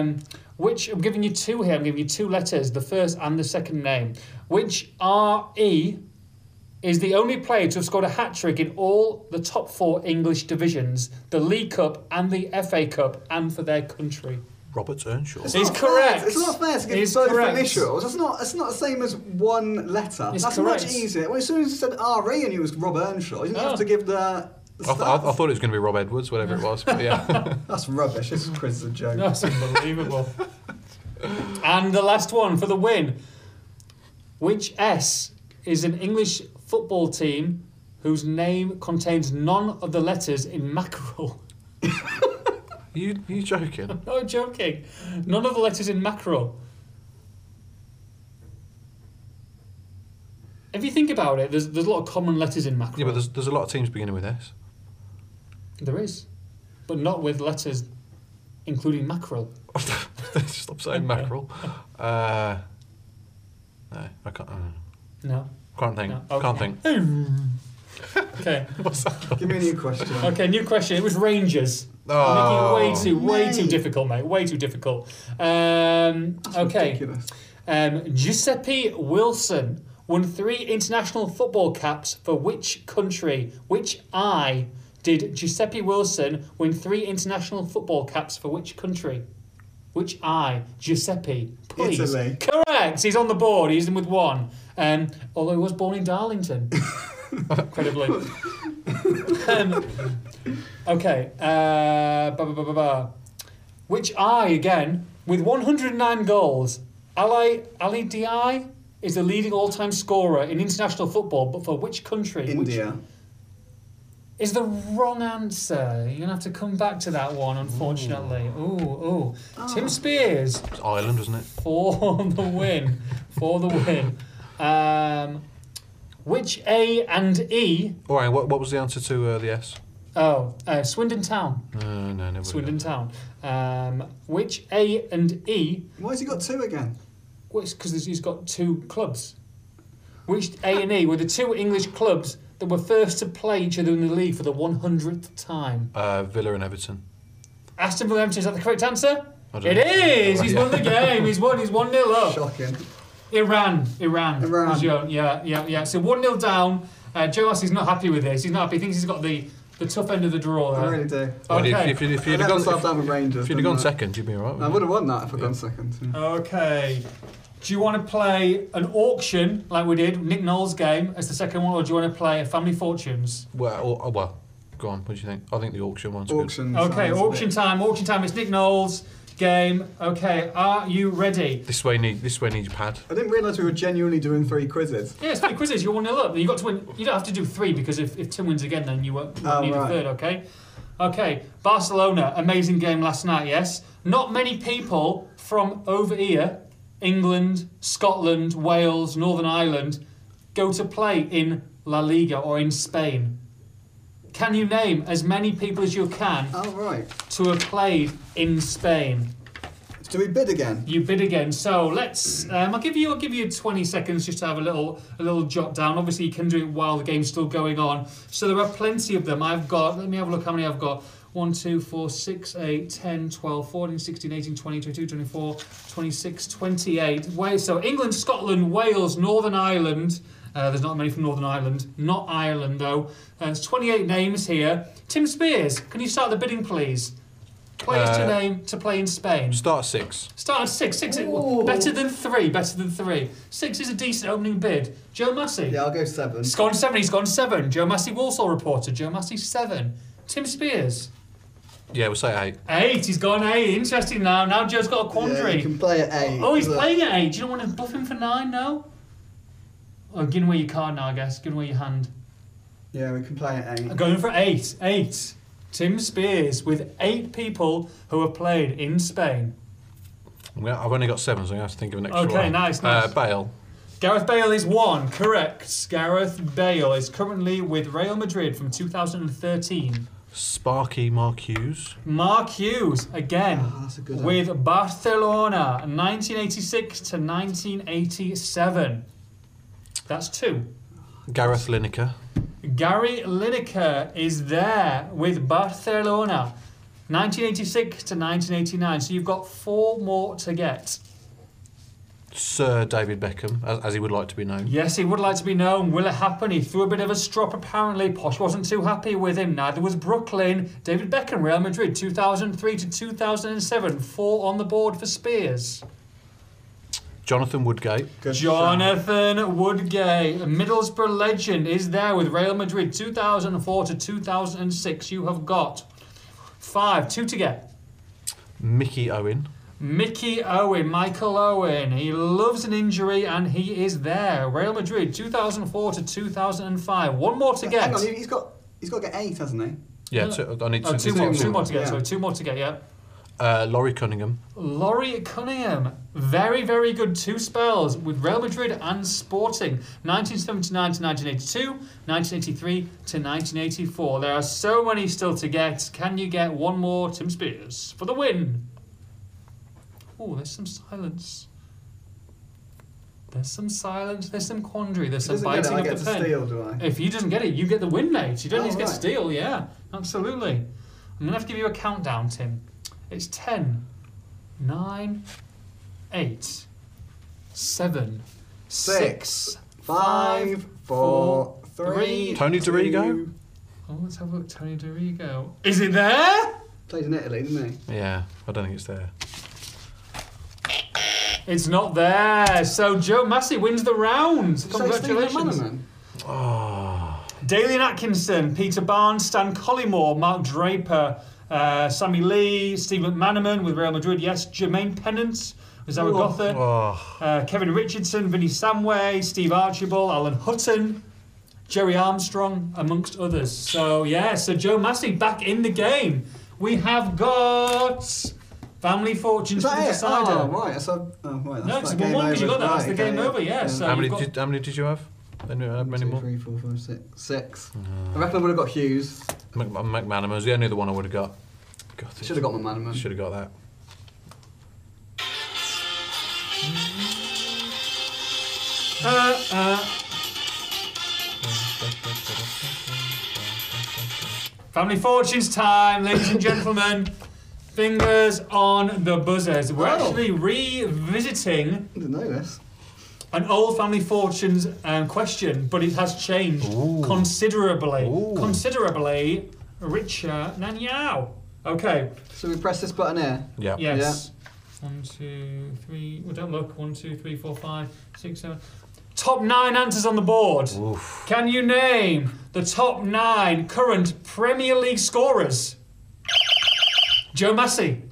A: Um, which I'm giving you two here. I'm giving you two letters, the first and the second name. Which R E is the only player to have scored a hat trick in all the top four English divisions, the League Cup and the FA Cup, and for their country.
C: Robert Earnshaw.
A: He's
B: not fair.
A: correct.
B: It's not fair to give
A: He's
B: both
A: correct.
B: initials. That's not. It's not the same as one letter.
A: He's
B: That's
A: correct.
B: much easier. Well, as soon as you said RE and you was Rob Earnshaw, you didn't
A: Oh.
B: have to give the. the
C: I, th- I,
B: stuff.
C: I thought it was going to be Rob Edwards, whatever it was. But yeah.
B: That's rubbish. This quiz is a joke.
A: That's unbelievable. and the last one for the win. Which S is an English football team whose name contains none of the letters in mackerel?
C: you you joking?
A: No joking. None of the letters in mackerel. If you think about it, there's, there's a lot of common letters in mackerel.
C: Yeah, but there's, there's a lot of teams beginning with S.
A: There is. But not with letters including mackerel.
C: Stop saying mackerel. Uh, no, I can't. Uh,
A: No.
C: can't think.
A: No, okay.
C: Can't think.
A: Okay.
C: What's that?
B: Give me a new question.
A: Okay, new question. It was Rangers.
C: Oh.
A: Making it way too, way too
B: Mate.
A: difficult, mate. Way too difficult. Um, okay.
B: Ridiculous.
A: Um, Giuseppe Wilson won three international football caps for which country? Which I did Giuseppe Wilson win three international football caps for which country? Which I Giuseppe? Please.
B: Italy.
A: Correct. He's on the board. He's in with one. Um, although he was born in Darlington, incredibly. um, okay. Uh, ba, ba, ba, ba, ba. Which I again with 109 goals, Ali Ali Di is the leading all-time scorer in international football. But for which country? Which-
B: India.
A: is the wrong answer. You're gonna have to come back to that one, unfortunately. Ooh, ooh. Tim Spears
C: It's Ireland, wasn't it?
A: for the win. For the win. Um, which A and E?
C: All right. What, what was the answer to uh, the S?
A: Oh, uh, Swindon Town.
C: No, no, never.
A: Swindon Town. Um, which A and E?
B: Why's he got two again?
A: Well, it's because he's got two clubs. which A and E were the two English clubs that were first to play each other in the league for the 100th time?
C: Uh, Villa and Everton.
A: Aston Villa Everton, is that the correct answer?
C: I don't
A: It
C: know.
A: is. He's
C: Yeah.
A: won the game. He's won. He's one 0 up.
B: Shocking.
A: Iran, Iran.
B: Iran.
A: Was your- yeah, yeah, yeah. So 1 0 down. Uh, Joe Ross is not happy with this. He's not happy. He thinks he's got the, the tough end of the draw.
B: I
A: there.
B: really do.
C: Well,
A: Okay.
C: If, if, you'd- if
B: I'd
C: you'd have
B: have
C: gone,
B: myself down with
C: if,
B: Rangers.
C: if you'd have
B: done
C: gone
B: that.
C: second, you'd be all right.
B: I
C: wouldn't
B: would have won that if I'd
C: Yeah.
B: gone second. yeah.
A: Okay. Do you want to play an auction like we did, Nick Knowles' game, as the second one, or do you want to play Family Fortunes?
C: you? Well, or- oh, well, go on. What do you think? I think the auction one's
B: Auction.
A: Okay,
B: sounds a
A: auction
B: bit-
A: time, auction time. It's Nick Knowles' game. Okay, are you ready?
C: good. This way need this way needs your pad.
B: I didn't realise we were genuinely doing three quizzes.
A: Yeah, it's three quizzes. You're 1 0 up. you got to win. You don't have to do three because if, if Tim wins again, then you won't, you won't
B: Oh,
A: need
B: right.
A: a third, okay? Okay, Barcelona, amazing game last night, yes? Not many people from over here, England, Scotland, Wales, Northern Ireland, go to play in La Liga or in Spain. Can you name as many people as you can
B: Oh, right.
A: to have played in Spain?
B: Do we bid again?
A: You bid again. So let's. Um, I'll give you. I'll give you 20 seconds just to have a little a little jot down. Obviously, you can do it while the game's still going on. So there are plenty of them. I've got. Let me have a look. How many I've got. 1, 2, 4, 6, 8, 10, 12, 14, 16, 18, 20, 22, 24, 26, 28. Wait, so England, Scotland, Wales, Northern Ireland. Uh, there's not many from Northern Ireland. Not Ireland, though. Uh, there's 28 names here. Tim Spears, can you start the bidding, please? Players to
C: Uh,
A: name to play in Spain.
C: Start six.
A: Start at six. Six it-
B: Ooh.
A: better than three. Better than three. Six is a decent opening bid. Joe Massey.
B: Yeah, I'll go seven.
A: He's gone seven. He's gone seven. Joe Massey, Walsall reporter. Joe Massey seven. Tim Spears
C: Yeah, we'll say eight.
A: eight. He's gone eight. Interesting now. Now Joe's got a
B: Yeah, you
A: quandary.
B: can play at eight.
A: oh, he's
B: Look.
A: playing at eight. Do you not want to buff him for nine? No. Oh, give him away your card now, I guess. Give him away your hand.
B: Yeah, we can play at eight.
A: I'm going for eight. Eight. Tim Spears with eight people who have played in Spain.
C: I'm gonna- I've only got seven, so I'm gonna have to think of an extra
A: Okay,
C: one.
A: nice, nice.
C: Uh, Bale.
A: Gareth Bale is one, correct. Gareth Bale is currently with Real Madrid from 2013.
C: Sparky Mark Hughes.
A: Mark Hughes, again,
B: Ah, that's a good one.
A: with Barcelona, 1986 to 1987. That's two.
C: Gareth Lineker.
A: Gary Lineker is there with Barcelona, 1986 to 1989. So you've got four more to get.
C: Sir David Beckham, as, as he would like to be known.
A: Yes, he would like to be known. Will it happen? He threw a bit of a strop, apparently. Posh wasn't too happy with him. Neither was Brooklyn. David Beckham, Real Madrid, 2003 to 2007. Four on the board for Spears.
C: Jonathan Woodgate.
B: Good shout.
A: Jonathan Woodgate, a Middlesbrough legend, is there with Real Madrid, 2004 to 2006. You have got five, two to get.
C: Mickey Owen.
A: Mickey Owen, Michael Owen, he loves an injury and he is there. Real Madrid, 2004 to 2005. One more to get.
B: Hang on, he- he's got he's got to get eight, hasn't he?
C: Yeah,
A: Yeah.
C: two, I need
A: Oh,
C: to-
A: two
C: to-
A: more,
B: two
A: two more
B: more,
A: to get.
B: yeah.
A: Sorry, two more to get. Yeah.
C: Uh, Laurie Cunningham.
A: Laurie Cunningham, very, very good two spells with Real Madrid and Sporting, 1979 to 1982, 1983 to 1984. There are so many still to get. Can you get one more, Tim Spears, for the win? Oh, there's some silence. There's some silence. There's some quandary. There's
B: If
A: some
B: he doesn't get
A: biting
B: it, I
A: of
B: get
A: the
B: to
A: pen.
B: steal, do I?
A: If he doesn't get it, you get the win, mate. You don't
B: Oh,
A: need to get
B: right.
A: steal. Yeah, absolutely. I'm gonna have to give you a countdown, Tim. It's ten, nine, eight, seven,
B: Six,
A: six,
B: Five, four,
A: three.
B: three.
C: Tony
B: two.
C: Dorigo?
A: Oh, let's have a look, Tony Dorigo. Is it there?
B: Played in Italy, didn't he?
C: Yeah, I don't think it's there.
A: It's not there. So Joe Massey wins the round.
B: Did you say Stephen
A: Congratulations.
B: Bannerman?
C: Oh,
A: Dalian Atkinson, Peter Barnes, Stan Collymore, Mark Draper, uh, Sammy Lee, Steve McManaman with Real Madrid, yes, Jermaine Pennant, Zawa Gotha,
C: oh.
A: uh, Kevin Richardson, Vinnie Samway, Steve Archibald, Alan Hutton, Jerry Armstrong, amongst others. So, yeah, so Joe Massey back in the game. We have got Family Fortunes
B: Is
A: for the
B: that it?
A: decider.
B: Oh, right. So, oh, right. That's
A: No,
B: that
A: it's
B: game
A: one
B: over.
A: because you got that. That's
B: Right,
A: the game
B: okay,
A: over, yeah, so-
C: how
A: you've
C: many?
A: got-
C: Did, how many did you have? Any, how many
B: Two,
C: more? Uh,
B: three, four, five, six. Six. I reckon I would have got Hughes.
C: Mc, McManaman was the only other one I would have got.
B: Should have got McManaman.
C: Should have got that.
A: Uh, uh, Family fortunes time, ladies and gentlemen. Fingers on the buzzers. We're
B: Oh.
A: actually revisiting
B: I didn't know this.
A: an old family fortunes um, question, but it has changed considerably.
C: Ooh.
A: Considerably richer than now. Okay.
B: So we press this button here.
C: Yeah.
A: Yes. One, two, three. Well, don't look. One, two, three, four, five, six, seven. Top nine answers on the board.
C: Oof.
A: Can you name the top nine current Premier League scorers? Joe Massey.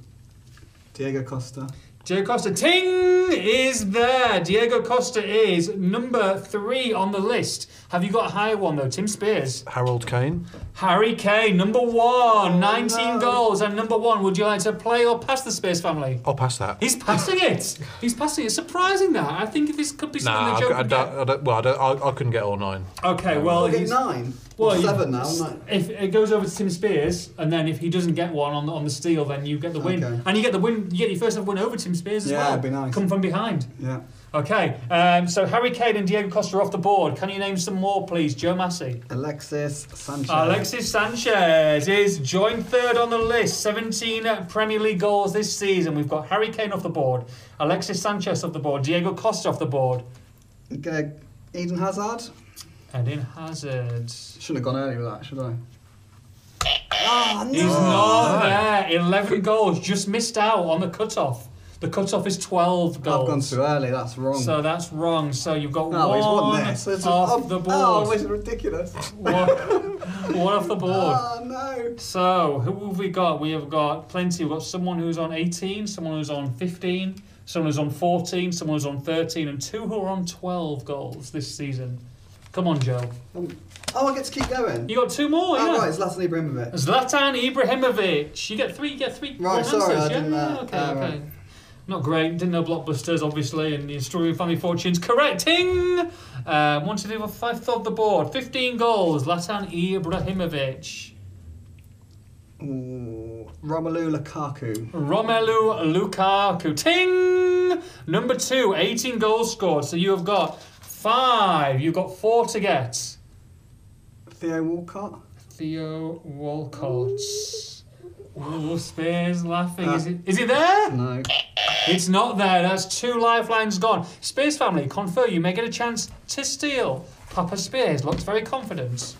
B: Diego Costa.
A: Diego Costa. Ting is there. Diego Costa is number three on the list. Have you got a higher one though? Tim Spears.
C: Harold Kane.
A: Harry Kane, number one. 19
B: no.
A: goals and number one. Would you like to play or pass the Spears family?
C: I'll pass that.
A: He's passing it. He's passing it. Surprising that. I think this could be something
C: Nah,
A: the
C: I,
A: Joe
C: I,
A: could
C: don't,
A: get.
C: I don't. Well, I, don't, I, I couldn't get all nine.
A: Okay, well,
B: We'll get
A: he's,
B: nine.
A: well,
B: Or
A: you-
B: seven now, isn't it?
A: If it goes over to Tim Spears, and then if he doesn't get one on the, on the steal, then you get the win,
B: Okay.
A: and you get the win. You get your first ever win over Tim Spears as
B: Yeah,
A: well.
B: it'd be nice.
A: Come from behind.
B: Yeah.
A: Okay, um, so Harry Kane and Diego Costa are off the board. Can you name some more, please? Joe Massey.
B: Alexis Sanchez.
A: Alexis Sanchez is joint third on the list. 17 Premier League goals this season. We've got Harry Kane off the board, Alexis Sanchez off the board, Diego Costa off the board,
B: Okay. Eden Hazard.
A: and in Hazard.
B: Shouldn't have gone early with that, should I? Ah,
A: He's not there. 11 goals. Just missed out on the cutoff. The cutoff is 12
B: I've gone
A: goals.
B: too early. That's wrong.
A: So that's wrong. So you've got
B: no, he's
A: one
B: won this. This is-
A: off
B: oh,
A: the
B: Oh,
A: board.
B: it's ridiculous.
A: One one off the board.
B: Oh no.
A: So who have we got? We have got plenty. We've got someone who's on 18, someone who's on 15, someone who's on 14, someone who's on 13, and two who are on 12 goals this season. Come on, Joe.
B: Um, oh, I get to keep going.
A: You got two more,
B: oh,
A: yeah.
B: right, it's Latin Ibrahimovic.
A: Zlatan Ibrahimovic. You get three. You get three.
B: Right,
A: wrong
B: sorry,
A: answers.
B: I
A: yeah,
B: didn't,
A: yeah,
B: uh,
A: okay,
B: uh,
A: okay.
B: right.
A: Not great. Didn't know blockbusters, obviously, and the story of family fortunes. Correcting. Um, one, two, three, four, fifth of the board. Fifteen goals. Zlatan Ibrahimovic.
B: Ooh, Romelu Lukaku.
A: Romelu Lukaku. Ting! Number two, 18 goals scored. So you have got five. You've got four to get.
B: Theo Walcott.
A: Theo Walcott. Ooh, Spears laughing.
B: Uh,
A: is, it, is it there?
B: No.
A: It's not there. That's two lifelines gone. Spears family, confer. You may get a chance to steal. Papa Spears looks very confident.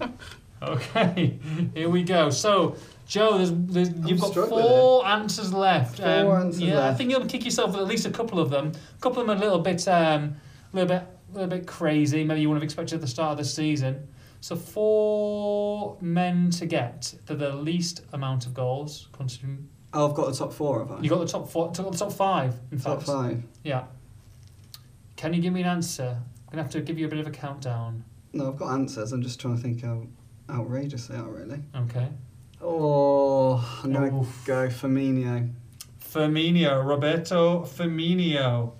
A: okay, here we go. So, Joe, there's, there's, you've got
B: struggling
A: four answers left. Um,
B: Four answers
A: yeah, I
B: left.
A: think you'll kick yourself with at least a couple of them. A couple of them are a little bit, um, little bit, little bit crazy. Maybe you wouldn't have expected at the start of the season. So four men to get the, the least amount of goals, considering
B: Oh, I've got the top four, have I?
A: you got the top four, top, top five, in
B: top
A: fact.
B: five.
A: Yeah. Can you give me an answer? I'm gonna have to give you a bit of a countdown.
B: No, I've got answers. I'm just trying to think how outrageous they are, really.
A: Okay.
B: Oh, I'm going to
A: Oof.
B: go Firmino.
A: Firmino, Roberto Firmino.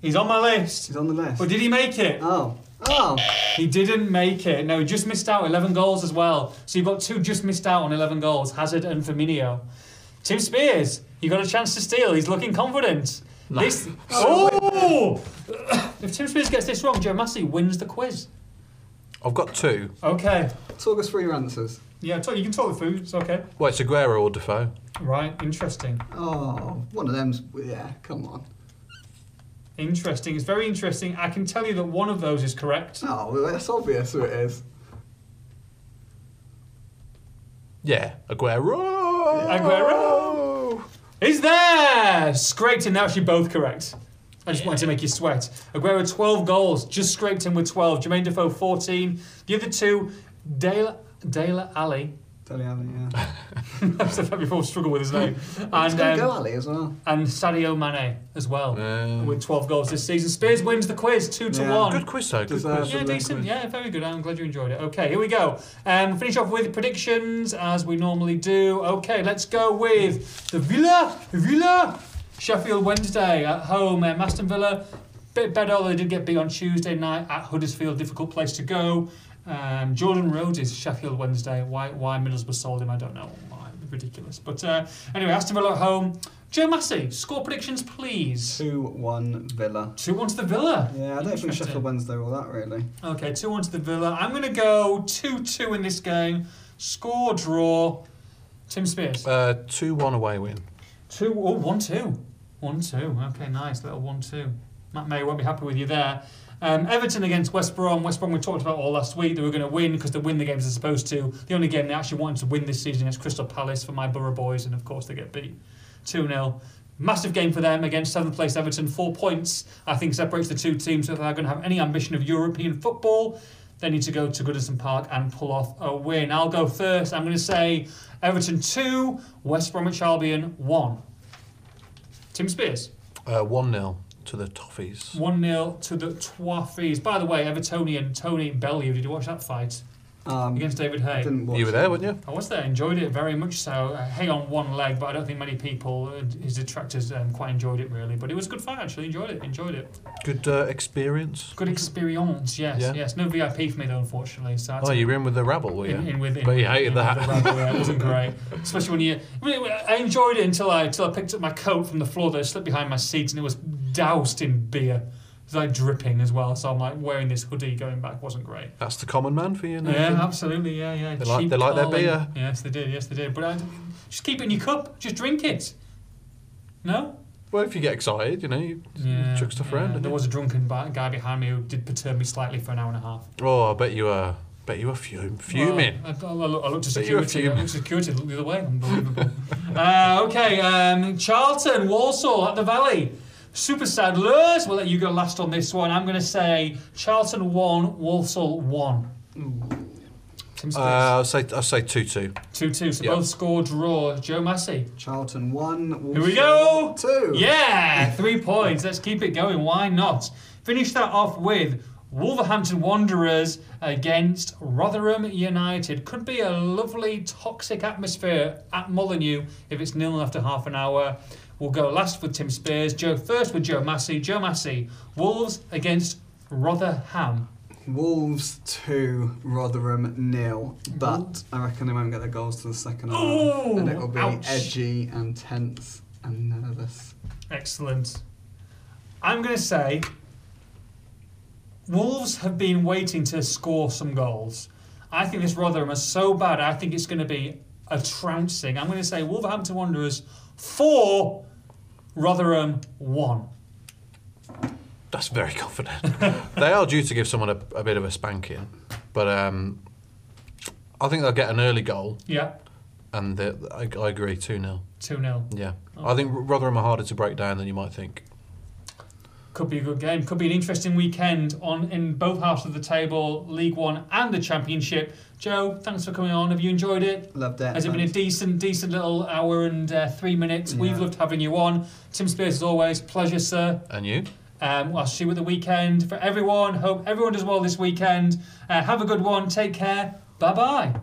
A: He's on my list.
B: He's on the list.
A: But did he make it?
B: Oh. Oh.
A: He didn't make it. No, he just missed out. 11 goals as well. So you've got two just missed out on 11 goals Hazard and Firmino. Tim Spears, you got a chance to steal. He's looking confident. This. Oh! if Tim Spears gets this wrong, Joe Massey wins the quiz.
C: I've got two.
A: Okay.
B: Talk us through your answers.
A: Yeah, talk, you can talk the food. It's okay.
C: Well, it's Aguero or Defoe.
A: Right. Interesting.
B: Oh, one of them's. Yeah, come on.
A: Interesting. It's very interesting. I can tell you that one of those is correct.
B: Oh, well, that's obvious who it is.
C: Yeah, Aguero.
A: Aguero. Is there? Scraped and now actually both correct. I just wanted to make you sweat. Aguero 12 goals, just scraped him with 12. Jermaine Defoe 14. The other two, Dale Dale Ali.
B: Tell you how many, yeah.
A: That's the fact people struggle with his name.
B: It's
A: And
B: going to
A: um,
B: go Ali as well.
A: and Sadio Mane as well
C: Yeah.
A: with 12 goals this season. Spears wins the quiz two to
B: Yeah.
A: one.
C: Um, Good quiz though. Good
B: Deserved.
C: quiz.
A: Yeah,
B: Absolute
A: decent.
B: quiz.
A: Yeah, very good. I'm glad you enjoyed it. Okay, here we go. Um, finish off with predictions as we normally do. Okay, let's go with the Villa. Villa. Sheffield Wednesday at home. Um, Aston Villa, bit better. although They did get beat on Tuesday night at Huddersfield. Difficult place to go. Um, Jordan Rhodes is Sheffield Wednesday. Why? Why Middlesbrough sold him? I don't know. Why? Ridiculous. But uh, anyway, Aston Villa at home. Joe Massey, score predictions, please.
B: 2 1 Villa.
A: Two one to the Villa.
B: Yeah, I don't think
A: Interesting.
B: Sheffield Wednesday all that, really.
A: Okay, 2 1 to the Villa. I'm going to go 2 2 in this game. Score draw. Tim Spears.
C: Uh, two one away win.
A: Two oh one two. One two. Okay, nice. Little one two. Matt May won't be happy with you there. Um, Everton against West Brom. West Brom we talked about all last week. They were going to win because they win the games they're supposed to. The only game they actually wanted to win this season is Crystal Palace for my Borough boys, and of course they get beat two 0 Massive game for them against seventh place Everton. Four points I think separates the two teams. So if they're going to have any ambition of European football, they need to go to Goodison Park and pull off a win. I'll go first. I'm going to say Everton two, West Bromwich Albion one. Tim Spears.
C: Uh, one 0 to the Toffees.
A: 1 0 to the Toffees. By the way, Evertonian Tony Bellew, did you watch that fight
B: Um,
A: against David Hay?
B: didn't watch
C: You were
B: it.
C: there, weren't you?
A: I was there, enjoyed it very much so. Uh, Hay on one leg, but I don't think many people, uh, his detractors, um, quite enjoyed it really. But it was a good fight, actually. Enjoyed it, enjoyed it.
C: Good uh, experience.
A: Good experience, yes,
C: Yeah.
A: yes. No VIP for me, though, unfortunately. So I had
C: Oh,
A: to
C: you were in with the rabble, were you?
A: in, in with in,
C: but you
A: in-
C: hated
A: in
C: that.
A: with the rubber, yeah, it wasn't great, especially when you. I, mean, I enjoyed it until I until I picked up my coat from the floor that had slipped behind my seat and it was doused in beer. It was like dripping as well, so I'm like wearing this hoodie going back wasn't great.
C: That's the common man for you, Nathan.
A: Yeah, absolutely, yeah, yeah.
C: They like-
A: cheap
C: they like their
A: darling.
C: beer.
A: Yes, they did. Yes, they did. But I, just keep it in your cup. Just drink it. No.
C: Well, if you get excited, you know, you
A: Yeah,
C: chuck stuff
A: yeah.
C: around. don't
A: There
C: you?
A: was a drunken ba- guy behind me who did perturb me slightly for an hour and a half.
C: Oh, I bet you were. Bet you were fum- fuming.
A: Well, I, I, look, I looked at
C: But you were
A: security. I
C: fuming.
A: looked at security. Looked the other way. Unbelievable. uh, okay, um, Charlton, Walsall at the Valley. Super sad. Lurs, we'll let you go last on this one. I'm going to say Charlton one, Walsall one. Tim
C: Uh,
A: Spears.
C: I'll say I'll say two two.
A: two two. So
C: yeah.
A: both score draw. Joe Massey.
B: Charlton one.
A: Here we
B: Walsall
A: go.
B: Two.
A: Yeah, three points. Let's keep it going. Why not? Finish that off with Wolverhampton Wanderers against Rotherham United. Could be a lovely toxic atmosphere at Molyneux if it's nil after half an hour. We'll go last with Tim Spears. Joe first with Joe Massey. Joe Massey. Wolves against Rotherham.
B: Wolves two. Rotherham nil. But I reckon they won't get their goals to the second half,
A: Ooh,
B: and it'll be
A: ouch.
B: edgy and tense and nervous.
A: Excellent. I'm going to say Wolves have been waiting to score some goals. I think this Rotherham is so bad, I think it's going to be a trouncing. I'm going to say Wolverhampton Wanderers 4, Rotherham 1.
C: That's very confident. they are due to give someone a, a bit of a spanking, but um, I think they'll get an early goal,
A: Yeah,
C: and the- I, I agree two 0
A: 2 0.
C: Yeah, I think Rotherham are harder to break down than you might think.
A: Could be a good game. Could be an interesting weekend on in both halves of the table, League One and the Championship. Joe, thanks for coming on. Have you enjoyed it?
B: Loved it.
A: Has it been a
B: thanks.
A: decent, decent little hour and uh, three minutes? We've
B: Yeah.
A: loved having you on. Tim Spears, as always, pleasure, sir.
C: And you?
A: Um, I'll see you at the weekend for everyone. Hope everyone does well this weekend. Uh, have a good one. Take care. Bye bye.